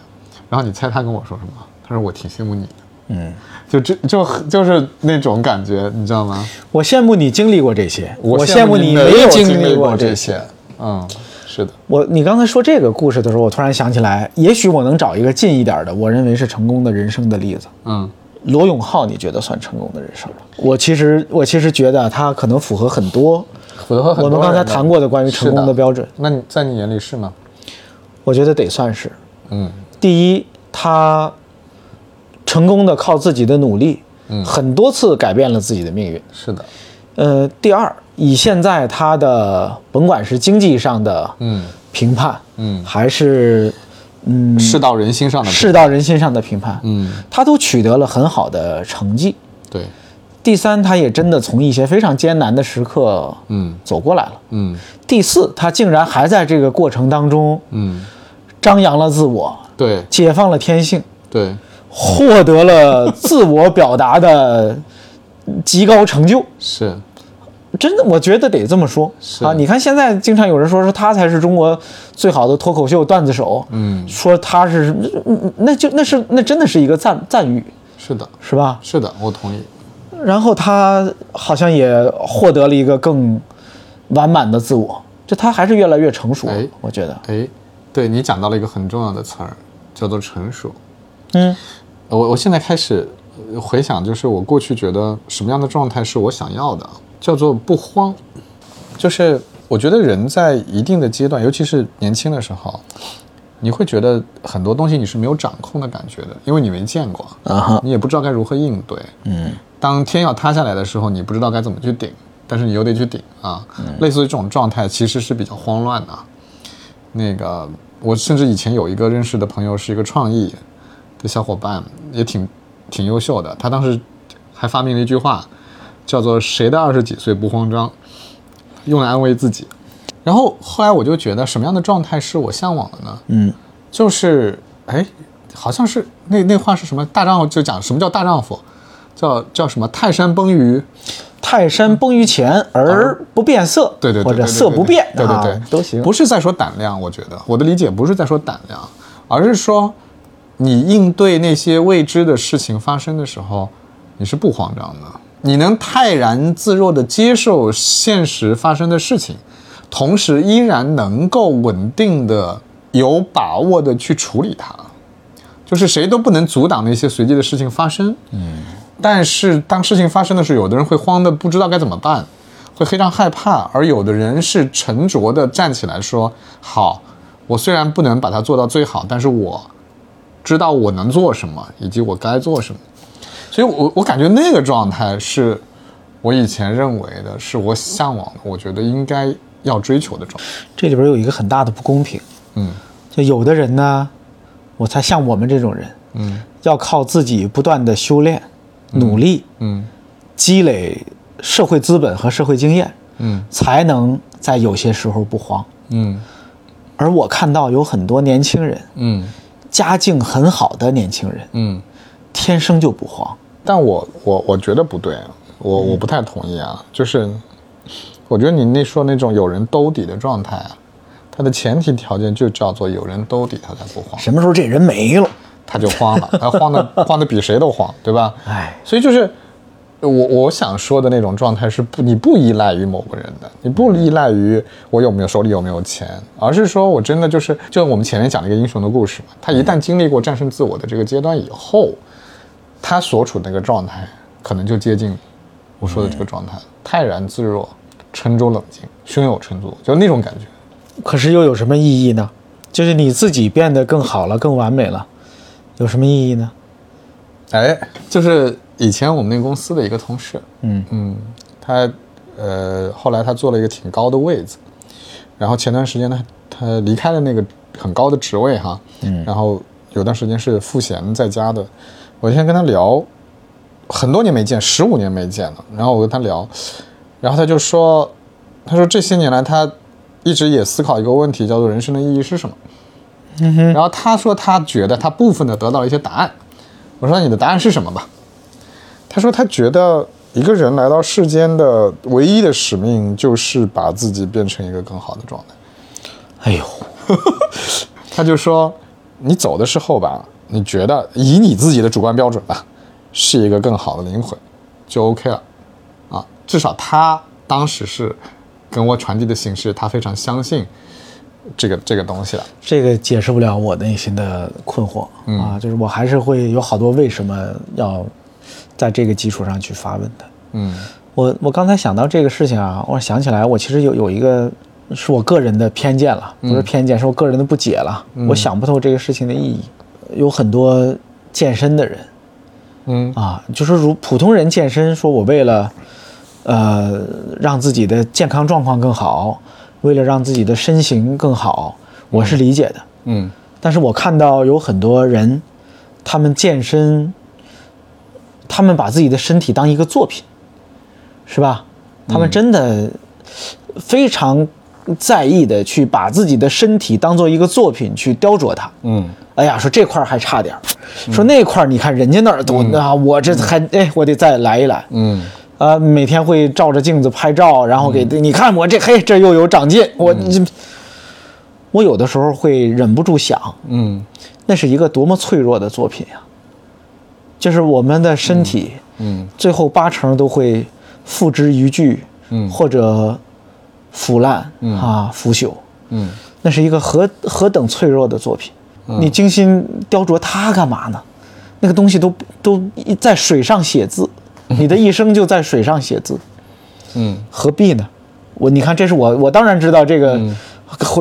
[SPEAKER 2] 然后你猜他跟我说什么？他说我挺羡慕你的。
[SPEAKER 1] 嗯，
[SPEAKER 2] 就这就很就是那种感觉，你知道吗？
[SPEAKER 1] 我羡慕你经历过这些，我慕
[SPEAKER 2] 你
[SPEAKER 1] 没
[SPEAKER 2] 有
[SPEAKER 1] 经
[SPEAKER 2] 历
[SPEAKER 1] 过
[SPEAKER 2] 这
[SPEAKER 1] 些。。
[SPEAKER 2] 嗯，是的，
[SPEAKER 1] 我你刚才说这个故事的时候，我突然想起来，也许我能找一个近一点的，我认为是成功的人生的例子。
[SPEAKER 2] 嗯
[SPEAKER 1] 罗永浩，你觉得算成功的人生吗？我其实我其实觉得啊他可能符合很多
[SPEAKER 2] 符合很多
[SPEAKER 1] 我们刚才
[SPEAKER 2] 人的
[SPEAKER 1] 谈过的关于成功的标准
[SPEAKER 2] 是那你在你眼里是吗？
[SPEAKER 1] 我觉得得算是。
[SPEAKER 2] 嗯
[SPEAKER 1] 第一，他成功的靠自己的努力，
[SPEAKER 2] 嗯
[SPEAKER 1] 很多次改变了自己的命运。
[SPEAKER 2] 是的，
[SPEAKER 1] 呃，第二，以现在他的甭管是经济上的
[SPEAKER 2] 嗯
[SPEAKER 1] 评判，
[SPEAKER 2] 嗯
[SPEAKER 1] 还是嗯
[SPEAKER 2] 世道人心上的
[SPEAKER 1] 世道人心上的评判，
[SPEAKER 2] 嗯
[SPEAKER 1] 他都取得了很好的成绩。
[SPEAKER 2] 对
[SPEAKER 1] 第三，他也真的从一些非常艰难的时刻，
[SPEAKER 2] 嗯
[SPEAKER 1] 走过来了。
[SPEAKER 2] 嗯
[SPEAKER 1] 第四，他竟然还在这个过程当中
[SPEAKER 2] 嗯
[SPEAKER 1] 张扬了自我，
[SPEAKER 2] 对
[SPEAKER 1] 解放了天性，
[SPEAKER 2] 对
[SPEAKER 1] 获得了自我表达的 极高成就。
[SPEAKER 2] 是
[SPEAKER 1] 真的，我觉得得这么说
[SPEAKER 2] 是
[SPEAKER 1] 啊！你看现在经常有人说说他才是中国最好的脱口秀段子手，
[SPEAKER 2] 嗯
[SPEAKER 1] 说他是，嗯那就那是那真的是一个赞赞誉，
[SPEAKER 2] 是的
[SPEAKER 1] 是吧？
[SPEAKER 2] 是的，我同意。
[SPEAKER 1] 然后他好像也获得了一个更完满的自我，就他还是越来越成熟，
[SPEAKER 2] 哎
[SPEAKER 1] 我觉得，
[SPEAKER 2] 哎，对你讲到了一个很重要的词儿，叫做成熟。
[SPEAKER 1] 嗯
[SPEAKER 2] 我我现在开始呃回想，就是我过去觉得什么样的状态是我想要的，啊叫做不慌。就是我觉得人在一定的阶段，尤其是年轻的时候，你会觉得很多东西你是没有掌控的感觉的，因为你没见过，
[SPEAKER 1] 啊哈，
[SPEAKER 2] 你也不知道该如何应对。
[SPEAKER 1] 嗯
[SPEAKER 2] 当天要塌下来的时候，你不知道该怎么去顶，但是你又得去顶啊。类似于这种状态，其实是比较慌乱的。那个，我甚至以前有一个认识的朋友，是一个创意的小伙伴，也挺挺优秀的。他当时还发明了一句话，叫做“谁的二十几岁不慌张”，用来安慰自己。然后后来我就觉得，什么样的状态是我向往的呢？
[SPEAKER 1] 嗯，
[SPEAKER 2] 就是哎，好像是那那话是什么？大丈夫就讲什么叫大丈夫，叫叫什么？泰山崩于
[SPEAKER 1] 泰山崩于前而不变色，
[SPEAKER 2] 对对对，
[SPEAKER 1] 或者
[SPEAKER 2] 对对
[SPEAKER 1] 色不
[SPEAKER 2] 对
[SPEAKER 1] 变，
[SPEAKER 2] 对对
[SPEAKER 1] 啊
[SPEAKER 2] 对，
[SPEAKER 1] 都行。
[SPEAKER 2] 不是在说胆量，我觉得我的理解不是在说胆量，而是说你应对那些未知的事情发生的时候，你是不慌张的，你能泰然自若地接受现实发生的事情，同时依然能够稳定的、有把握的去处理它。就是谁都不能阻挡那些随机的事情发生。嗯，但是当事情发生的时候，有的人会慌的不知道该怎么办，会非常害怕，而有的人是沉着的站起来说：“好，我虽然不能把它做到最好，但是我知道我能做什么，以及我该做什么。”所以我，我感觉那个状态是我以前认为的，是我向往的，我觉得应该要追求的状态。
[SPEAKER 1] 这里边有一个很大的不公平，
[SPEAKER 2] 嗯
[SPEAKER 1] 就有的人呢，我才像我们这种人，
[SPEAKER 2] 嗯
[SPEAKER 1] 要靠自己不断的修炼、努力、
[SPEAKER 2] 嗯
[SPEAKER 1] 积累社会资本和社会经验，
[SPEAKER 2] 嗯
[SPEAKER 1] 才能在有些时候不慌。
[SPEAKER 2] 嗯
[SPEAKER 1] 而我看到有很多年轻人，
[SPEAKER 2] 嗯
[SPEAKER 1] 家境很好的年轻人，
[SPEAKER 2] 嗯。
[SPEAKER 1] 天生就不慌。
[SPEAKER 2] 但我我我觉得不对，啊我我不太同意啊。就是我觉得你那说那种有人兜底的状态啊，它的前提条件就叫做有人兜底，他才不慌，
[SPEAKER 1] 什么时候这人没了？
[SPEAKER 2] 他就慌了，他慌的慌的比谁都慌，对吧？
[SPEAKER 1] 哎，
[SPEAKER 2] 所以就是我我想说的那种状态是不，你不依赖于某个人的，你不依赖于我有没有手里有没有钱，而是说我真的就是，就我们前面讲了一个英雄的故事嘛，他一旦经历过战胜自我的这个阶段以后，他所处那个状态可能就接近我说的这个状态，泰然自若、沉着冷静、胸有成竹，就那种感觉。
[SPEAKER 1] 可是又有什么意义呢？就是你自己变得更好了、更完美了，有什么意义呢？
[SPEAKER 2] 哎，就是以前我们那个公司的一个同事，
[SPEAKER 1] 嗯
[SPEAKER 2] 嗯，他呃后来他做了一个挺高的位子，然后前段时间呢，他离开了那个很高的职位哈，嗯，然后有段时间是赋闲在家的，我今天跟他聊，很多年没见，十五年没见了，然后我跟他聊，然后他就说，他说这些年来他一直也思考一个问题，叫做人生的意义是什么。然后他说他觉得他部分的得到了一些答案。我说那你的答案是什么吧？他说他觉得一个人来到世间的唯一的使命就是把自己变成一个更好的状态。
[SPEAKER 1] 哎呦，
[SPEAKER 2] 他就说，你走的时候吧，你觉得以你自己的主观标准吧，是一个更好的灵魂，就 OK 了，啊，至少他当时是跟我传递的形式，他非常相信这个这个东西了。
[SPEAKER 1] 这个解释不了我内心的困惑、啊，就是我还是会有好多为什么要在这个基础上去发问的。
[SPEAKER 2] 嗯
[SPEAKER 1] 我我刚才想到这个事情啊，我想起来，我其实有有一个是我个人的偏见了，不是偏见，是我个人的不解了。我想不透这个事情的意义。有很多健身的人
[SPEAKER 2] 嗯
[SPEAKER 1] 啊，就是如普通人健身，说我为了呃让自己的健康状况更好，为了让自己的身形更好，我是理解的。
[SPEAKER 2] 嗯
[SPEAKER 1] 但是我看到有很多人，他们健身，他们把自己的身体当一个作品，是吧？他们真的非常在意的去把自己的身体当做一个作品去雕琢它。
[SPEAKER 2] 嗯
[SPEAKER 1] 哎呀，说这块儿还差点儿，说那块儿你看人家那儿多啊，我这还哎，我得再来一来。
[SPEAKER 2] 嗯
[SPEAKER 1] 呃，每天会照着镜子拍照，然后给、你看我这嘿，这又有长进，我、
[SPEAKER 2] 嗯
[SPEAKER 1] 这，我有的时候会忍不住想，
[SPEAKER 2] 嗯
[SPEAKER 1] 那是一个多么脆弱的作品呀、就是我们的身体，
[SPEAKER 2] 嗯
[SPEAKER 1] 最后八成都会付之一炬，
[SPEAKER 2] 嗯
[SPEAKER 1] 或者腐烂、啊腐朽，
[SPEAKER 2] 嗯
[SPEAKER 1] 那是一个何何等脆弱的作品，你精心雕琢它干嘛呢？那个东西都都一在水上写字，你的一生就在水上写字，
[SPEAKER 2] 嗯
[SPEAKER 1] 何必呢？我你看，这是我我当然知道这个，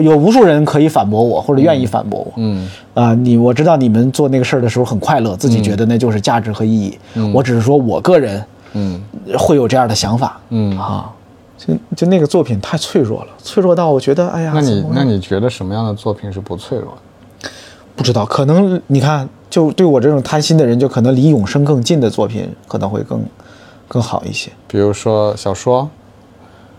[SPEAKER 1] 有无数人可以反驳我或者愿意反驳我，
[SPEAKER 2] 嗯嗯
[SPEAKER 1] 啊、你我知道你们做那个事儿的时候很快乐，自己觉得那就是价值和意义。我只是说我个人
[SPEAKER 2] 嗯
[SPEAKER 1] 会有这样的想法，
[SPEAKER 2] 嗯
[SPEAKER 1] 啊，就就那个作品太脆弱了，脆弱到我觉得，哎呀，
[SPEAKER 2] 那
[SPEAKER 1] 怎
[SPEAKER 2] 你
[SPEAKER 1] 么
[SPEAKER 2] 那你觉得什么样的作品是不脆弱的？
[SPEAKER 1] 不知道，可能你看，就对我这种贪心的人，就可能离永生更近的作品可能会更更好一些，
[SPEAKER 2] 比如说小说，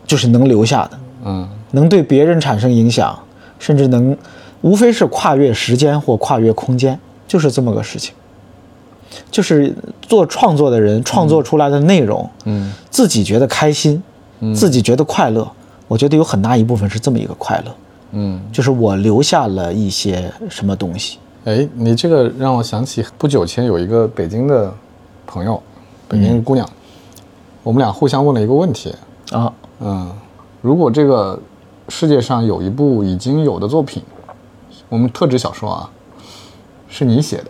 [SPEAKER 1] 就是能留下的，
[SPEAKER 2] 嗯，
[SPEAKER 1] 能对别人产生影响，甚至能无非是跨越时间或跨越空间，就是这么个事情。就是做创作的人创作出来的内容，
[SPEAKER 2] 嗯，
[SPEAKER 1] 自己觉得开心，自己觉得快乐，我觉得有很大一部分是这么一个快乐，
[SPEAKER 2] 嗯，
[SPEAKER 1] 就是我留下了一些什么东西。
[SPEAKER 2] 哎，你这个让我想起不久前有一个北京的朋友，北京姑
[SPEAKER 1] 嗯
[SPEAKER 2] 娘，我们俩互相问了一个问题，
[SPEAKER 1] 啊，
[SPEAKER 2] 嗯，如果这个世界上有一部已经有的作品，我们特指小说啊，是你写的，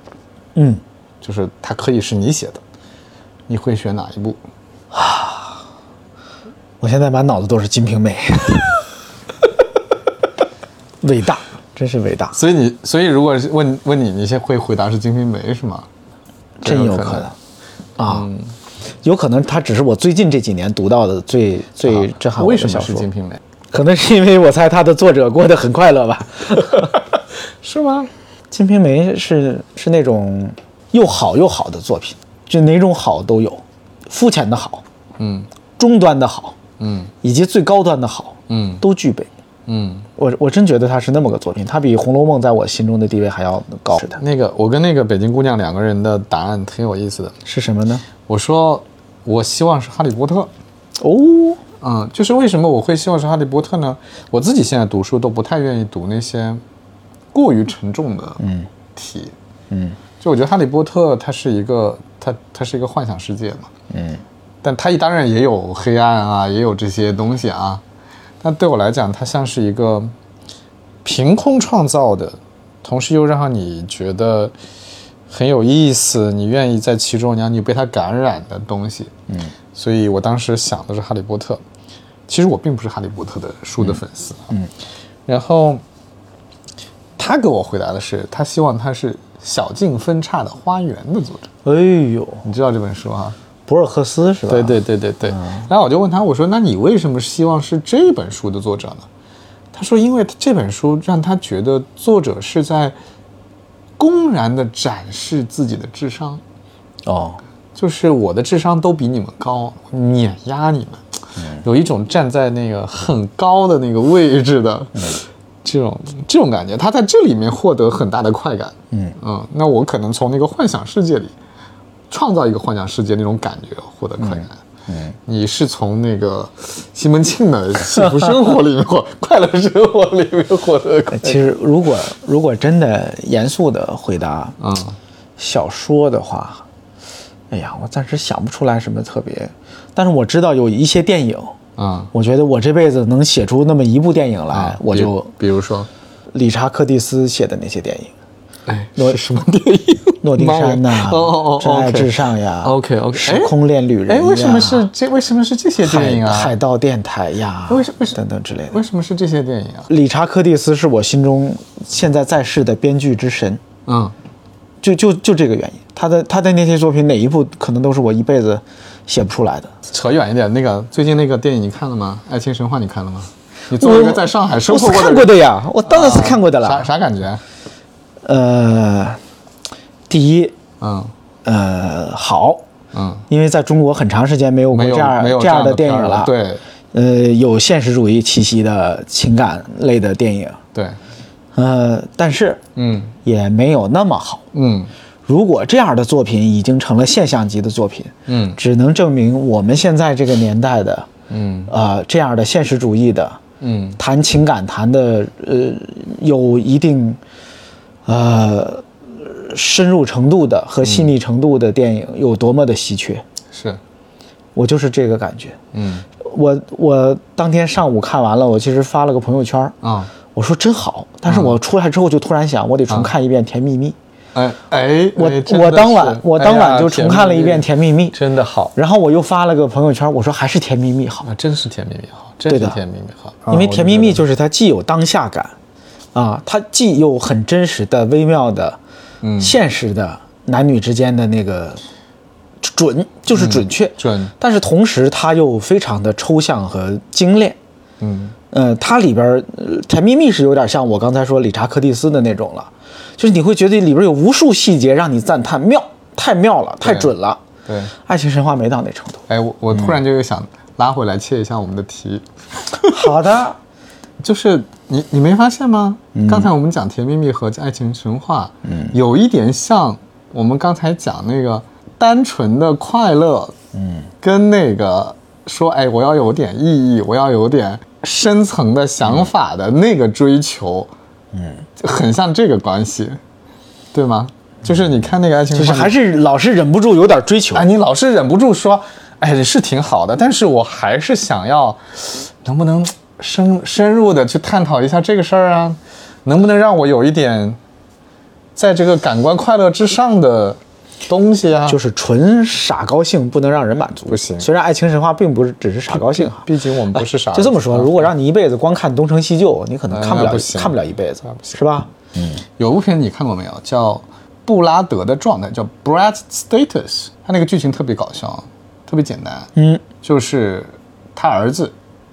[SPEAKER 1] 嗯，
[SPEAKER 2] 就是它可以是你写的，你会选哪一部？
[SPEAKER 1] 我现在满脑子都是《金 瓶梅》，伟大，真是伟大，
[SPEAKER 2] 所以你，所以如果是问问你，你先会回答是《金瓶梅》是吗？
[SPEAKER 1] 真有可能啊。
[SPEAKER 2] 嗯
[SPEAKER 1] 有可能它只是我最近这几年读到的最最震撼我
[SPEAKER 2] 啊为
[SPEAKER 1] 的
[SPEAKER 2] 什
[SPEAKER 1] 小
[SPEAKER 2] 么是《
[SPEAKER 1] 说
[SPEAKER 2] 金，瓶梅》？
[SPEAKER 1] 可能是因为我猜它的作者过得很快 乐吧。
[SPEAKER 2] 是吗？
[SPEAKER 1] 《金瓶梅》是是那种又好又好的作品，就哪种好都有，肤浅的好，
[SPEAKER 2] 嗯
[SPEAKER 1] 中端的好，
[SPEAKER 2] 嗯
[SPEAKER 1] 以及最高端的好，
[SPEAKER 2] 嗯
[SPEAKER 1] 都具备。
[SPEAKER 2] 嗯。
[SPEAKER 1] 我我真觉得它是那么个作品，它比《红楼梦》在我心中的地位还要高。是的，
[SPEAKER 2] 那个，我跟那个北京姑娘两个人的答案挺有意思的。
[SPEAKER 1] 是什么呢？
[SPEAKER 2] 我说，我希望是《哈利波特》。
[SPEAKER 1] 哦，
[SPEAKER 2] 嗯，就是为什么我会希望是《哈利波特》呢？我自己现在读书都不太愿意读那些过于沉重的题。
[SPEAKER 1] 嗯
[SPEAKER 2] 就我觉得《哈利波特》它是一个，它它是一个幻想世界嘛。
[SPEAKER 1] 嗯
[SPEAKER 2] 但它当然也有黑暗啊，也有这些东西啊。但对我来讲，它像是一个凭空创造的，同时又让你觉得很有意思，你愿意在其中，让你被它感染的东西。嗯，所以我当时想的是《哈利波特》，其实我并不是《哈利波特》的书的粉丝。嗯，然后他给我回答的是，他希望他是小径分叉的花园的作者。
[SPEAKER 1] 哎呦，
[SPEAKER 2] 你知道这本书啊？
[SPEAKER 1] 博尔赫斯是吧？
[SPEAKER 2] 对对对对对。然后我就问他，我说：“那你为什么希望是这本书的作者呢？”他说：“因为这本书让他觉得作者是在公然的展示自己的智商，
[SPEAKER 1] 哦，
[SPEAKER 2] 就是我的智商都比你们高，碾压你们，
[SPEAKER 1] 嗯
[SPEAKER 2] 有一种站在那个很高的那个位置的。
[SPEAKER 1] 嗯
[SPEAKER 2] 这种这种感觉，他在这里面获得很大的快感。
[SPEAKER 1] 嗯
[SPEAKER 2] 嗯，那我可能从那个幻想世界里创造一个幻想世界那种感觉获得快感。
[SPEAKER 1] 嗯，
[SPEAKER 2] 你是从那个西门庆的幸福生活里面 获快乐生活里面获得快
[SPEAKER 1] 哎其实如果如果真的严肃的回答
[SPEAKER 2] 嗯
[SPEAKER 1] 小说的话，哎呀，我暂时想不出来什么特别，但是我知道有一些电影，
[SPEAKER 2] 嗯，
[SPEAKER 1] 我觉得我这辈子能写出那么一部电影来，哎我
[SPEAKER 2] 比
[SPEAKER 1] 就
[SPEAKER 2] 比如说，
[SPEAKER 1] 理查克蒂斯写的那些电影，
[SPEAKER 2] 哎，
[SPEAKER 1] 诺
[SPEAKER 2] 是什么电影？
[SPEAKER 1] 诺丁山呐、
[SPEAKER 2] 哦哦哦
[SPEAKER 1] 真爱
[SPEAKER 2] OK
[SPEAKER 1] 至上》呀
[SPEAKER 2] OK，OK，
[SPEAKER 1] 时空恋旅人》
[SPEAKER 2] 哎，
[SPEAKER 1] 呀，
[SPEAKER 2] 为什么是这？为什么是这些
[SPEAKER 1] 海
[SPEAKER 2] 电影啊？
[SPEAKER 1] 海盗电台呀，
[SPEAKER 2] 为什为什
[SPEAKER 1] 等等之类的
[SPEAKER 2] 为。什么是这些电影啊？
[SPEAKER 1] 理查克蒂斯是我心中现在在世的编剧之神，
[SPEAKER 2] 嗯
[SPEAKER 1] 就就就这个原因。他的他的那些作品哪一部可能都是我一辈子写不出来的。
[SPEAKER 2] 扯远一点，那个最近那个电影你看了吗？《爱情神话》你看了吗？你作为一个在上海生活
[SPEAKER 1] 我是看
[SPEAKER 2] 过的人，啊
[SPEAKER 1] 过的呀，我当然是看过的
[SPEAKER 2] 啥
[SPEAKER 1] 啦。
[SPEAKER 2] 啥感觉？
[SPEAKER 1] 呃，第一，
[SPEAKER 2] 嗯
[SPEAKER 1] 呃，好，
[SPEAKER 2] 嗯，
[SPEAKER 1] 因为在中国很长时间没有过
[SPEAKER 2] 没
[SPEAKER 1] 这
[SPEAKER 2] 有
[SPEAKER 1] 样
[SPEAKER 2] 没有
[SPEAKER 1] 这样
[SPEAKER 2] 的
[SPEAKER 1] 的电
[SPEAKER 2] 片
[SPEAKER 1] 影
[SPEAKER 2] 儿了，
[SPEAKER 1] 了。，
[SPEAKER 2] 对
[SPEAKER 1] 呃，有现实主义气息的情感类的电影，
[SPEAKER 2] 对，
[SPEAKER 1] 呃，但是
[SPEAKER 2] 嗯
[SPEAKER 1] 也没有那么好。
[SPEAKER 2] 嗯
[SPEAKER 1] 如果这样的作品已经成了现象级的作品，
[SPEAKER 2] 嗯
[SPEAKER 1] 只能证明我们现在这个年代的，
[SPEAKER 2] 嗯
[SPEAKER 1] 呃，这样的现实主义的，
[SPEAKER 2] 嗯
[SPEAKER 1] 谈情感谈的，呃，有一定，呃，深入程度的和细腻程度的电影有多么的稀缺，
[SPEAKER 2] 是，
[SPEAKER 1] 我就是这个感觉。
[SPEAKER 2] 嗯
[SPEAKER 1] 我我当天上午看完了，我其实发了个朋友圈儿，
[SPEAKER 2] 啊，
[SPEAKER 1] 我说真好，但是我出来之后就突然想，我得重看一遍《甜蜜蜜》。
[SPEAKER 2] 哎哎，
[SPEAKER 1] 我
[SPEAKER 2] 哎真
[SPEAKER 1] 我
[SPEAKER 2] 的
[SPEAKER 1] 当晚
[SPEAKER 2] 是
[SPEAKER 1] 我
[SPEAKER 2] 哎
[SPEAKER 1] 当晚
[SPEAKER 2] 呀
[SPEAKER 1] 就重看了一遍《甜蜜蜜》，
[SPEAKER 2] 真的好
[SPEAKER 1] 然后我又发了个朋友圈，我说还是《甜蜜蜜》好，
[SPEAKER 2] 啊，真是甜蜜蜜好，真
[SPEAKER 1] 对
[SPEAKER 2] 是
[SPEAKER 1] 的
[SPEAKER 2] 甜蜜蜜好，
[SPEAKER 1] 因为《
[SPEAKER 2] 啊
[SPEAKER 1] 甜蜜蜜》就是它既有当下感，啊，它既有很真实的、微妙的、现实的男女之间的那个准，嗯就是准确，
[SPEAKER 2] 准
[SPEAKER 1] 但是同时它又非常的抽象和精炼。
[SPEAKER 2] 嗯
[SPEAKER 1] 呃，它里边儿呃甜蜜蜜是有点像我刚才说理查克蒂斯的那种了，就是你会觉得里边有无数细节让你赞叹妙，太妙了，太
[SPEAKER 2] 对
[SPEAKER 1] 准了。
[SPEAKER 2] 对，
[SPEAKER 1] 爱情神话 没到那程度。
[SPEAKER 2] 哎我我突然就又想拉回来切一下我们的题，
[SPEAKER 1] 好的，
[SPEAKER 2] 就是你你没发现吗？
[SPEAKER 1] 嗯
[SPEAKER 2] 刚才我们讲《甜蜜蜜》和《爱情神话》，嗯，有一点像我们刚才讲那个单纯的快乐，嗯，跟那个说哎，我要有点意义，我要有点深层的想法的那个追求，嗯，很像这个关系，对吗？就是你看那个爱情
[SPEAKER 1] 就
[SPEAKER 2] 神
[SPEAKER 1] 是
[SPEAKER 2] 话，
[SPEAKER 1] 还是老是忍不住有点追求
[SPEAKER 2] 哎，。你老是忍不住说，哎，是挺好的，但是我还是想要，能不能深深入的去探讨一下这个事儿啊？能不能让我有一点，在这个感官快乐之上的东西啊？
[SPEAKER 1] 就是纯傻高兴不能让人满足，
[SPEAKER 2] 不行
[SPEAKER 1] 虽然爱情神话并不是只是傻高兴哈，啊哎
[SPEAKER 2] 毕竟我们不是傻子、啊
[SPEAKER 1] 就这么说，如果让你一辈子光看东成西就，你可能看不
[SPEAKER 2] 哎那
[SPEAKER 1] 了
[SPEAKER 2] 不行
[SPEAKER 1] 看不了一辈子
[SPEAKER 2] 那，不行
[SPEAKER 1] 是吧？
[SPEAKER 2] 有部片你看过没有？叫《布拉德的状态》，叫《Brad Status》，他那个剧情特别搞笑，特别简单。
[SPEAKER 1] 嗯，
[SPEAKER 2] 就是他儿子，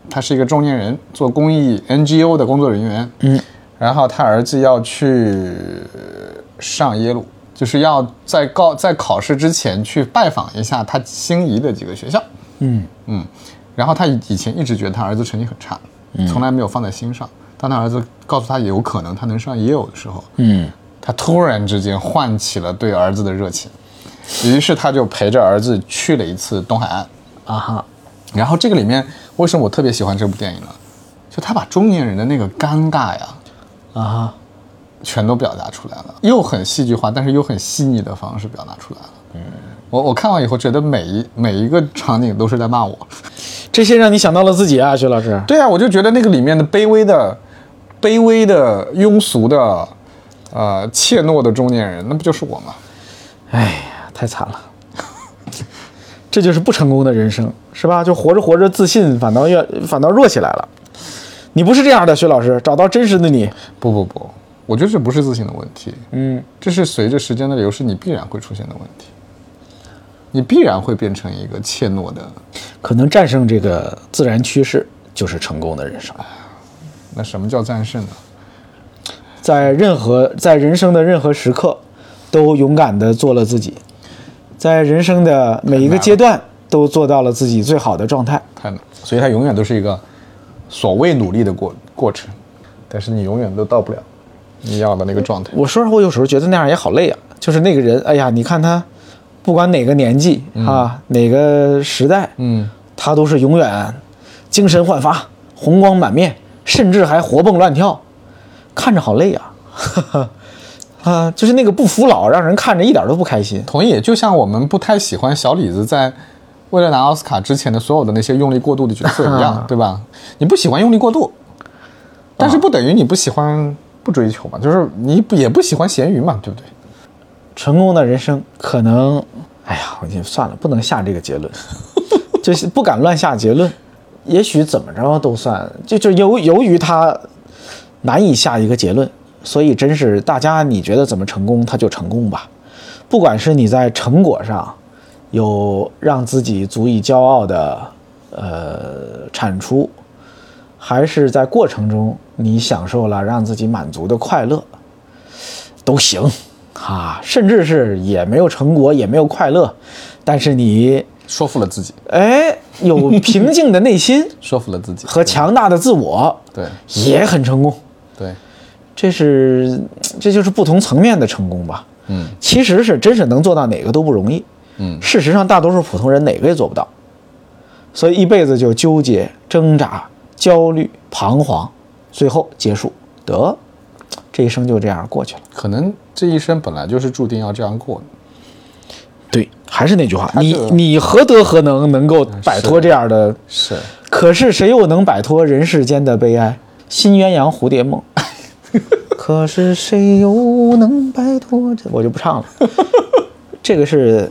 [SPEAKER 2] 他是一个中年人，做公益 NGO 的工作人员。嗯，然后他儿子要去上耶鲁，就是要在高在考试之前去拜访一下他心仪的几个学校。
[SPEAKER 1] 嗯
[SPEAKER 2] 嗯，然后他以以前一直觉得他儿子成绩很差，
[SPEAKER 1] 嗯
[SPEAKER 2] 从来没有放在心上。当他儿子告诉他有可能他能上耶鲁的时候，
[SPEAKER 1] 嗯，
[SPEAKER 2] 他突然之间唤起了对儿子的热情，于是他就陪着儿子去了一次东海岸。
[SPEAKER 1] 啊哈，
[SPEAKER 2] 然后这个里面，为什么我特别喜欢这部电影呢？就他把中年人的那个尴尬呀，
[SPEAKER 1] 啊哈，
[SPEAKER 2] 全都表达出来了，又很戏剧化，但是又很细腻的方式表达出来了。嗯，我我看完以后觉得每一每一个场景都是在骂我。
[SPEAKER 1] 这些让你想到了自己啊，薛老师。
[SPEAKER 2] 对啊，我就觉得那个里面的卑微的、卑微的、庸俗的、呃怯懦的中年人，那不就是我吗？
[SPEAKER 1] 哎呀，太惨了，这就是不成功的人生，是吧？就活着活着，自信反倒越反倒弱起来了。你不是这样的，薛老师，找到真实的你。
[SPEAKER 2] 不不不，我觉得这不是自信的问题，
[SPEAKER 1] 嗯，
[SPEAKER 2] 这是随着时间的流逝，你必然会出现的问题。你必然会变成一个怯懦的，
[SPEAKER 1] 可能战胜这个自然趋势就是成功的人生，
[SPEAKER 2] 那什么叫战胜呢？
[SPEAKER 1] 在任何在人生的任何时刻，都勇敢地做了自己，在人生的每一个阶段都做到了自己最好的状态。
[SPEAKER 2] 太难，所以它永远都是一个所谓努力的过过程，但是你永远都到不了你要的那个状态。
[SPEAKER 1] 我说实话，我有时候觉得那样也好累啊。就是那个人，哎呀，你看他，不管哪个年纪、啊，哪个时代，
[SPEAKER 2] 嗯，
[SPEAKER 1] 他都是永远精神焕发、红光满面，甚至还活蹦乱跳，看着好累啊。 啊，就是那个不服老，让人看着一点都不开心。
[SPEAKER 2] 同意，就像我们不太喜欢小李子在为了拿奥斯卡之前的所有的那些用力过度的角色一 样，对吧？你不喜欢用力过度，但是不等于你不喜欢不追求嘛，就是你不也不喜欢咸鱼嘛，对不对？
[SPEAKER 1] 成功的人生可能，哎呀，我就算了，不能下这个结论，就是不敢乱下结论。也许怎么着都算，就就由由于他难以下一个结论，所以真是大家你觉得怎么成功，他就成功吧。不管是你在成果上有让自己足以骄傲的呃产出，还是在过程中你享受了让自己满足的快乐，都行啊，甚至是也没有成果，也没有快乐，但是你
[SPEAKER 2] 说服了自己，
[SPEAKER 1] 哎有平静的内心
[SPEAKER 2] 说服了自己
[SPEAKER 1] 和强大的自我，
[SPEAKER 2] 对
[SPEAKER 1] 也很成功。
[SPEAKER 2] 对，
[SPEAKER 1] 这是这就是不同层面的成功吧？
[SPEAKER 2] 嗯
[SPEAKER 1] 其实是真是能做到哪个都不容易。
[SPEAKER 2] 嗯
[SPEAKER 1] 事实上，大多数普通人哪个也做不到，所以一辈子就纠结、挣扎、焦虑、彷徨，最后结束，得，这一生就这样过去了。
[SPEAKER 2] 可能这一生本来就是注定要这样过的。
[SPEAKER 1] 对，还是那句话，你
[SPEAKER 2] 这个
[SPEAKER 1] 你何德何能能够摆脱这样的？
[SPEAKER 2] 是，
[SPEAKER 1] 可是谁又能摆脱人世间的悲哀？新鸳鸯蝴蝶梦。 可是谁又能摆脱这？我就不唱了。这个是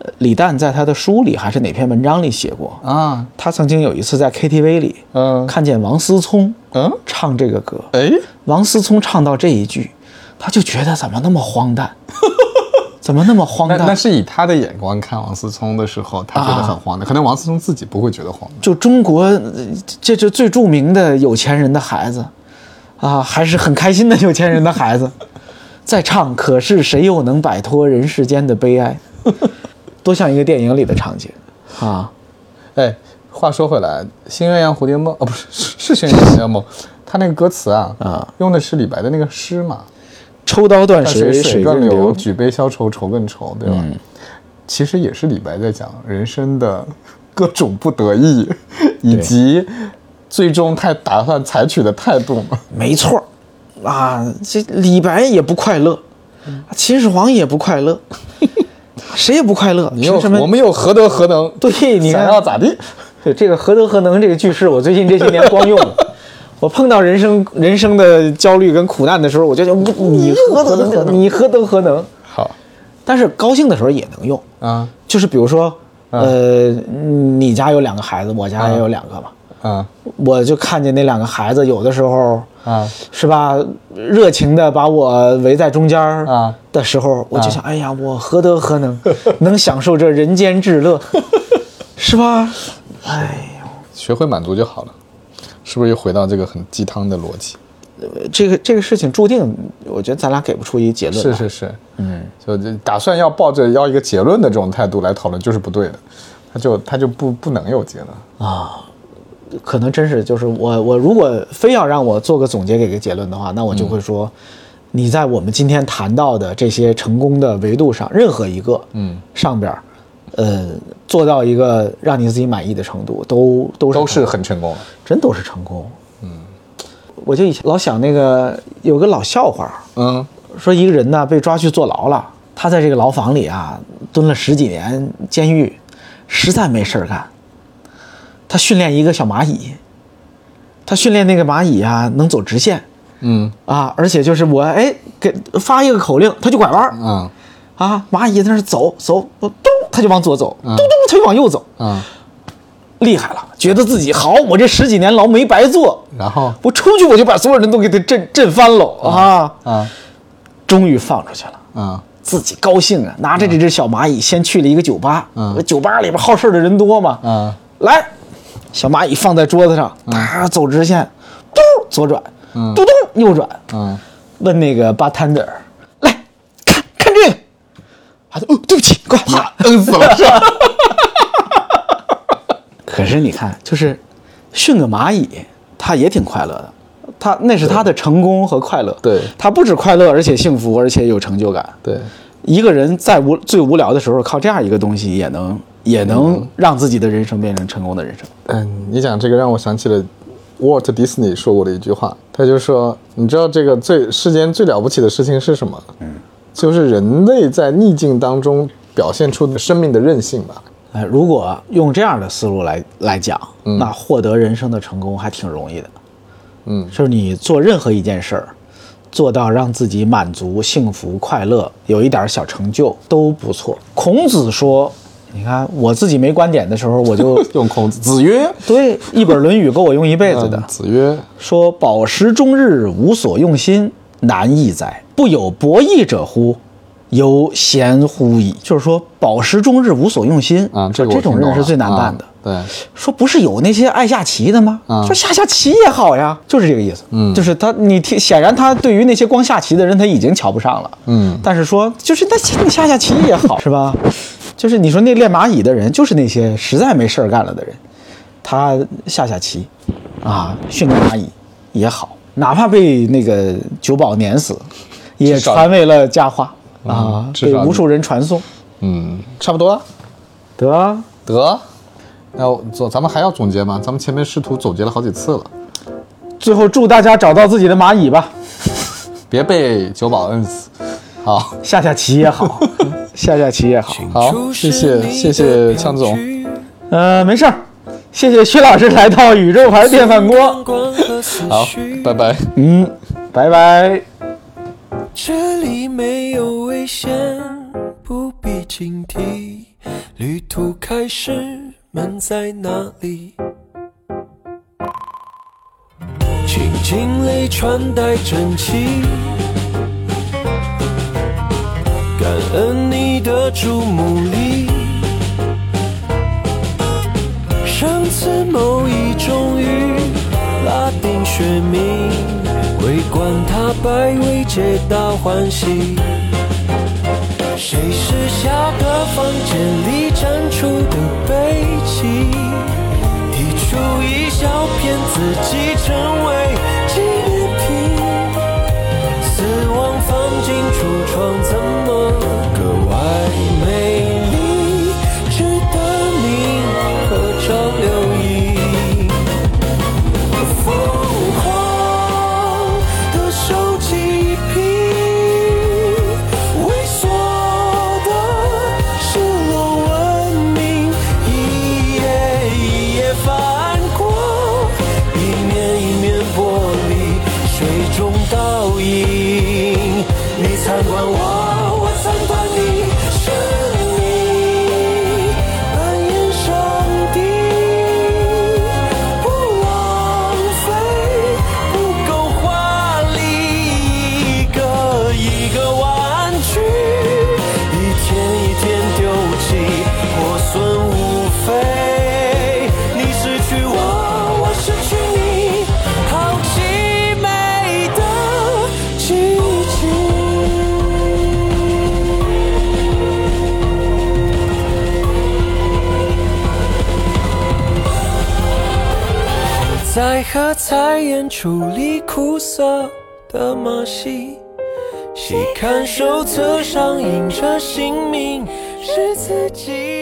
[SPEAKER 1] 呃李诞在他的书里还是哪篇文章里写过？
[SPEAKER 2] 啊，
[SPEAKER 1] 他曾经有一次在 KTV 里
[SPEAKER 2] 嗯
[SPEAKER 1] 看见王思聪
[SPEAKER 2] 嗯，
[SPEAKER 1] 唱这个歌，
[SPEAKER 2] 哎，
[SPEAKER 1] 王思聪唱到这一句，他就觉得怎么那么荒诞， 怎么那么荒
[SPEAKER 2] 那
[SPEAKER 1] 诞？
[SPEAKER 2] 那是以他的眼光看王思聪的时候，他觉得很荒诞，可能王思聪自己不会觉得荒诞。
[SPEAKER 1] 就中国呃这这最著名的有钱人的孩子，啊，还是很开心的有钱人的孩子， 在唱。可是谁又能摆脱人世间的悲哀？ 多像一个电影里的场景啊！
[SPEAKER 2] 哎，话说回来，《新鸳鸯蝴蝶梦》哦，不是是是《新鸳鸯蝴蝶梦》，他那个歌词啊，
[SPEAKER 1] 啊
[SPEAKER 2] 用的是李白的那个诗嘛，
[SPEAKER 1] 抽刀断
[SPEAKER 2] 水
[SPEAKER 1] 水水
[SPEAKER 2] 更
[SPEAKER 1] 更
[SPEAKER 2] 流，
[SPEAKER 1] 流，嗯
[SPEAKER 2] 举杯消愁愁更愁，对吧？其实也是李白在讲人生的各种不得意，以及最终他打算采取的态度嘛。
[SPEAKER 1] 没错儿啊，这李白也不快乐，
[SPEAKER 2] 嗯
[SPEAKER 1] 秦始皇也不快 乐，谁也不快乐，
[SPEAKER 2] 你又
[SPEAKER 1] 凭什么
[SPEAKER 2] 我们又何德何能？
[SPEAKER 1] 对你
[SPEAKER 2] 想
[SPEAKER 1] 看
[SPEAKER 2] 要咋地？
[SPEAKER 1] 对这个何德何能这个句式，我最近这些年光 用了。我碰到人生人生的焦虑跟苦难的时候，我就觉得你何德何能，你何德何能。
[SPEAKER 2] 好
[SPEAKER 1] 但是高兴的时候也能用，
[SPEAKER 2] 啊
[SPEAKER 1] 就是比如说，呃，你家有两个孩子，我家也有两个嘛，
[SPEAKER 2] 啊
[SPEAKER 1] 我就看见那两个孩子有的时候
[SPEAKER 2] 啊！
[SPEAKER 1] 是吧？热情的把我围在中间儿
[SPEAKER 2] 啊
[SPEAKER 1] 的时候，我就想，哎呀，我何德何能， 能享受这人间至 乐，是吧？哎
[SPEAKER 2] 学会满足就好了，是不是又回到这个很鸡汤的逻辑？
[SPEAKER 1] 呦，这个这个事情注定，我觉得咱俩给不出一结论啊
[SPEAKER 2] 是
[SPEAKER 1] 来。
[SPEAKER 2] 是是，嗯，就这打算要抱着要一个结论的这种态度来讨论，就是不对的，他就他就不不能有结论。
[SPEAKER 1] 可能真是就是我我如果非要让我做个总结给个结论的话，那我就会说，
[SPEAKER 2] 嗯
[SPEAKER 1] 你在我们今天谈到的这些成功的维度上，任何一个
[SPEAKER 2] 嗯
[SPEAKER 1] 上边儿，呃，做到一个让你自己满意的程度，都都是成
[SPEAKER 2] 都是很成功的。
[SPEAKER 1] 真都是成功。嗯，我就以前老想那个有个老笑话儿，
[SPEAKER 2] 嗯
[SPEAKER 1] 说一个人呢被抓去坐牢了，他在这个牢房里啊蹲了十几年监狱，实在没事儿干，他训练一个小蚂蚁，他训练那个蚂蚁啊能走直线
[SPEAKER 2] 嗯
[SPEAKER 1] 啊，而且就是我哎给发一个口令，它就拐弯儿
[SPEAKER 2] 啊
[SPEAKER 1] 啊，蚂蚁在那儿走走，我咚它就往左走，咚咚它就往右走，
[SPEAKER 2] 啊，
[SPEAKER 1] 厉害了，觉得自己好，我这十几年牢没白做，
[SPEAKER 2] 然后
[SPEAKER 1] 我出去我就把所有人都给他震震翻喽啊！
[SPEAKER 2] 啊
[SPEAKER 1] 终于放出去了，
[SPEAKER 2] 啊
[SPEAKER 1] 自己高兴啊，拿着这只小蚂蚁先去了一个酒吧，
[SPEAKER 2] 嗯
[SPEAKER 1] 酒吧里边好事儿的人多嘛，
[SPEAKER 2] 啊
[SPEAKER 1] 来，小蚂蚁放在桌子上，它走直线，嘟左转，
[SPEAKER 2] 嗯
[SPEAKER 1] 嘟嘟右转，
[SPEAKER 2] 嗯
[SPEAKER 1] 问那个 bartender，来看看这个，啊，哦，对不起，快啪
[SPEAKER 2] 摁死 了是吧？
[SPEAKER 1] 可是你看，就是训个蚂蚁，它也挺快乐的。它那是它的成功和快乐。
[SPEAKER 2] 对
[SPEAKER 1] 它不止快乐，而且幸福，而且有成就感。
[SPEAKER 2] 对，
[SPEAKER 1] 一个人在无最无聊的时候，靠这样一个东西也能也能让自己的人生变成成功的人生。
[SPEAKER 2] 嗯，你讲这个让我想起了 Walt Disney 说过的一句话，他就说，你知道这个最世间最了不起的事情是什么？嗯，就是人类在逆境当中表现出的生命的韧性吧。
[SPEAKER 1] 哎，如果用这样的思路来来讲，那获得人生的成功还挺容易的。
[SPEAKER 2] 嗯
[SPEAKER 1] 就是你做任何一件事儿，做到让自己满足、幸福、快乐，有一点儿小成就都不错。孔子说：“你看我自己没观点的时候，我就
[SPEAKER 2] 用孔子子曰，
[SPEAKER 1] 对一本《论语》够我用一辈子
[SPEAKER 2] 嗯
[SPEAKER 1] 的。
[SPEAKER 2] 子曰，
[SPEAKER 1] 说饱食终日，无所用心，难易哉！不有博弈者乎？犹贤乎矣。就是说，饱食终日，无所用心
[SPEAKER 2] 啊，这
[SPEAKER 1] 说
[SPEAKER 2] 个我
[SPEAKER 1] 这种
[SPEAKER 2] 听懂
[SPEAKER 1] 人是
[SPEAKER 2] 了
[SPEAKER 1] 最难
[SPEAKER 2] 啊
[SPEAKER 1] 办的。
[SPEAKER 2] 对，
[SPEAKER 1] 说不是有那些爱下棋的吗？
[SPEAKER 2] 嗯
[SPEAKER 1] 说下下棋也好呀，就是这个意思。
[SPEAKER 2] 嗯
[SPEAKER 1] 就是他，你听，显然他对于那些光下棋的人，他已经瞧不上了。
[SPEAKER 2] 嗯
[SPEAKER 1] 但是说，就是那你下下棋也好，是吧？ 就是你说那练蚂蚁的人，就是那些实在没事儿干了的人，他下下棋，啊，训练蚂蚁也好，哪怕被那个九保碾死，也
[SPEAKER 2] 至少
[SPEAKER 1] 传为了佳话啊
[SPEAKER 2] 嗯，至
[SPEAKER 1] 被
[SPEAKER 2] 少
[SPEAKER 1] 无数人传颂。
[SPEAKER 2] 嗯，差不多了。
[SPEAKER 1] 得啊，
[SPEAKER 2] 得，那我总咱们还要总结吗？咱们前面试图总结了好几次了，
[SPEAKER 1] 最后祝大家找到自己的蚂蚁吧。
[SPEAKER 2] 别被九保摁死。好，
[SPEAKER 1] 下下棋也好， 下下棋也好。
[SPEAKER 2] 好，谢谢谢谢强总，
[SPEAKER 1] 呃，没事儿，谢谢薛老师来到宇宙牌电饭锅。
[SPEAKER 2] 好，拜拜。
[SPEAKER 1] 嗯，拜拜。
[SPEAKER 3] 这里没有危险，不必警惕。旅途开始，门在哪里？请尽力穿戴整齐，感恩你的注目礼。上次某一种雨，拉丁学名，为管他百味，皆大欢喜。谁是下个房间里展出的悲戚？提出一小片自己成为记波里，水中倒影。你参观我，我参观你，是你扮演上帝，不浪费，不够华丽，一个一个玩具，一天一天丢弃，破损无非。你失去我，我失去你，好奇美的奇迹。在喝彩演出里苦涩的马戏，细看手册上印着姓名是自己。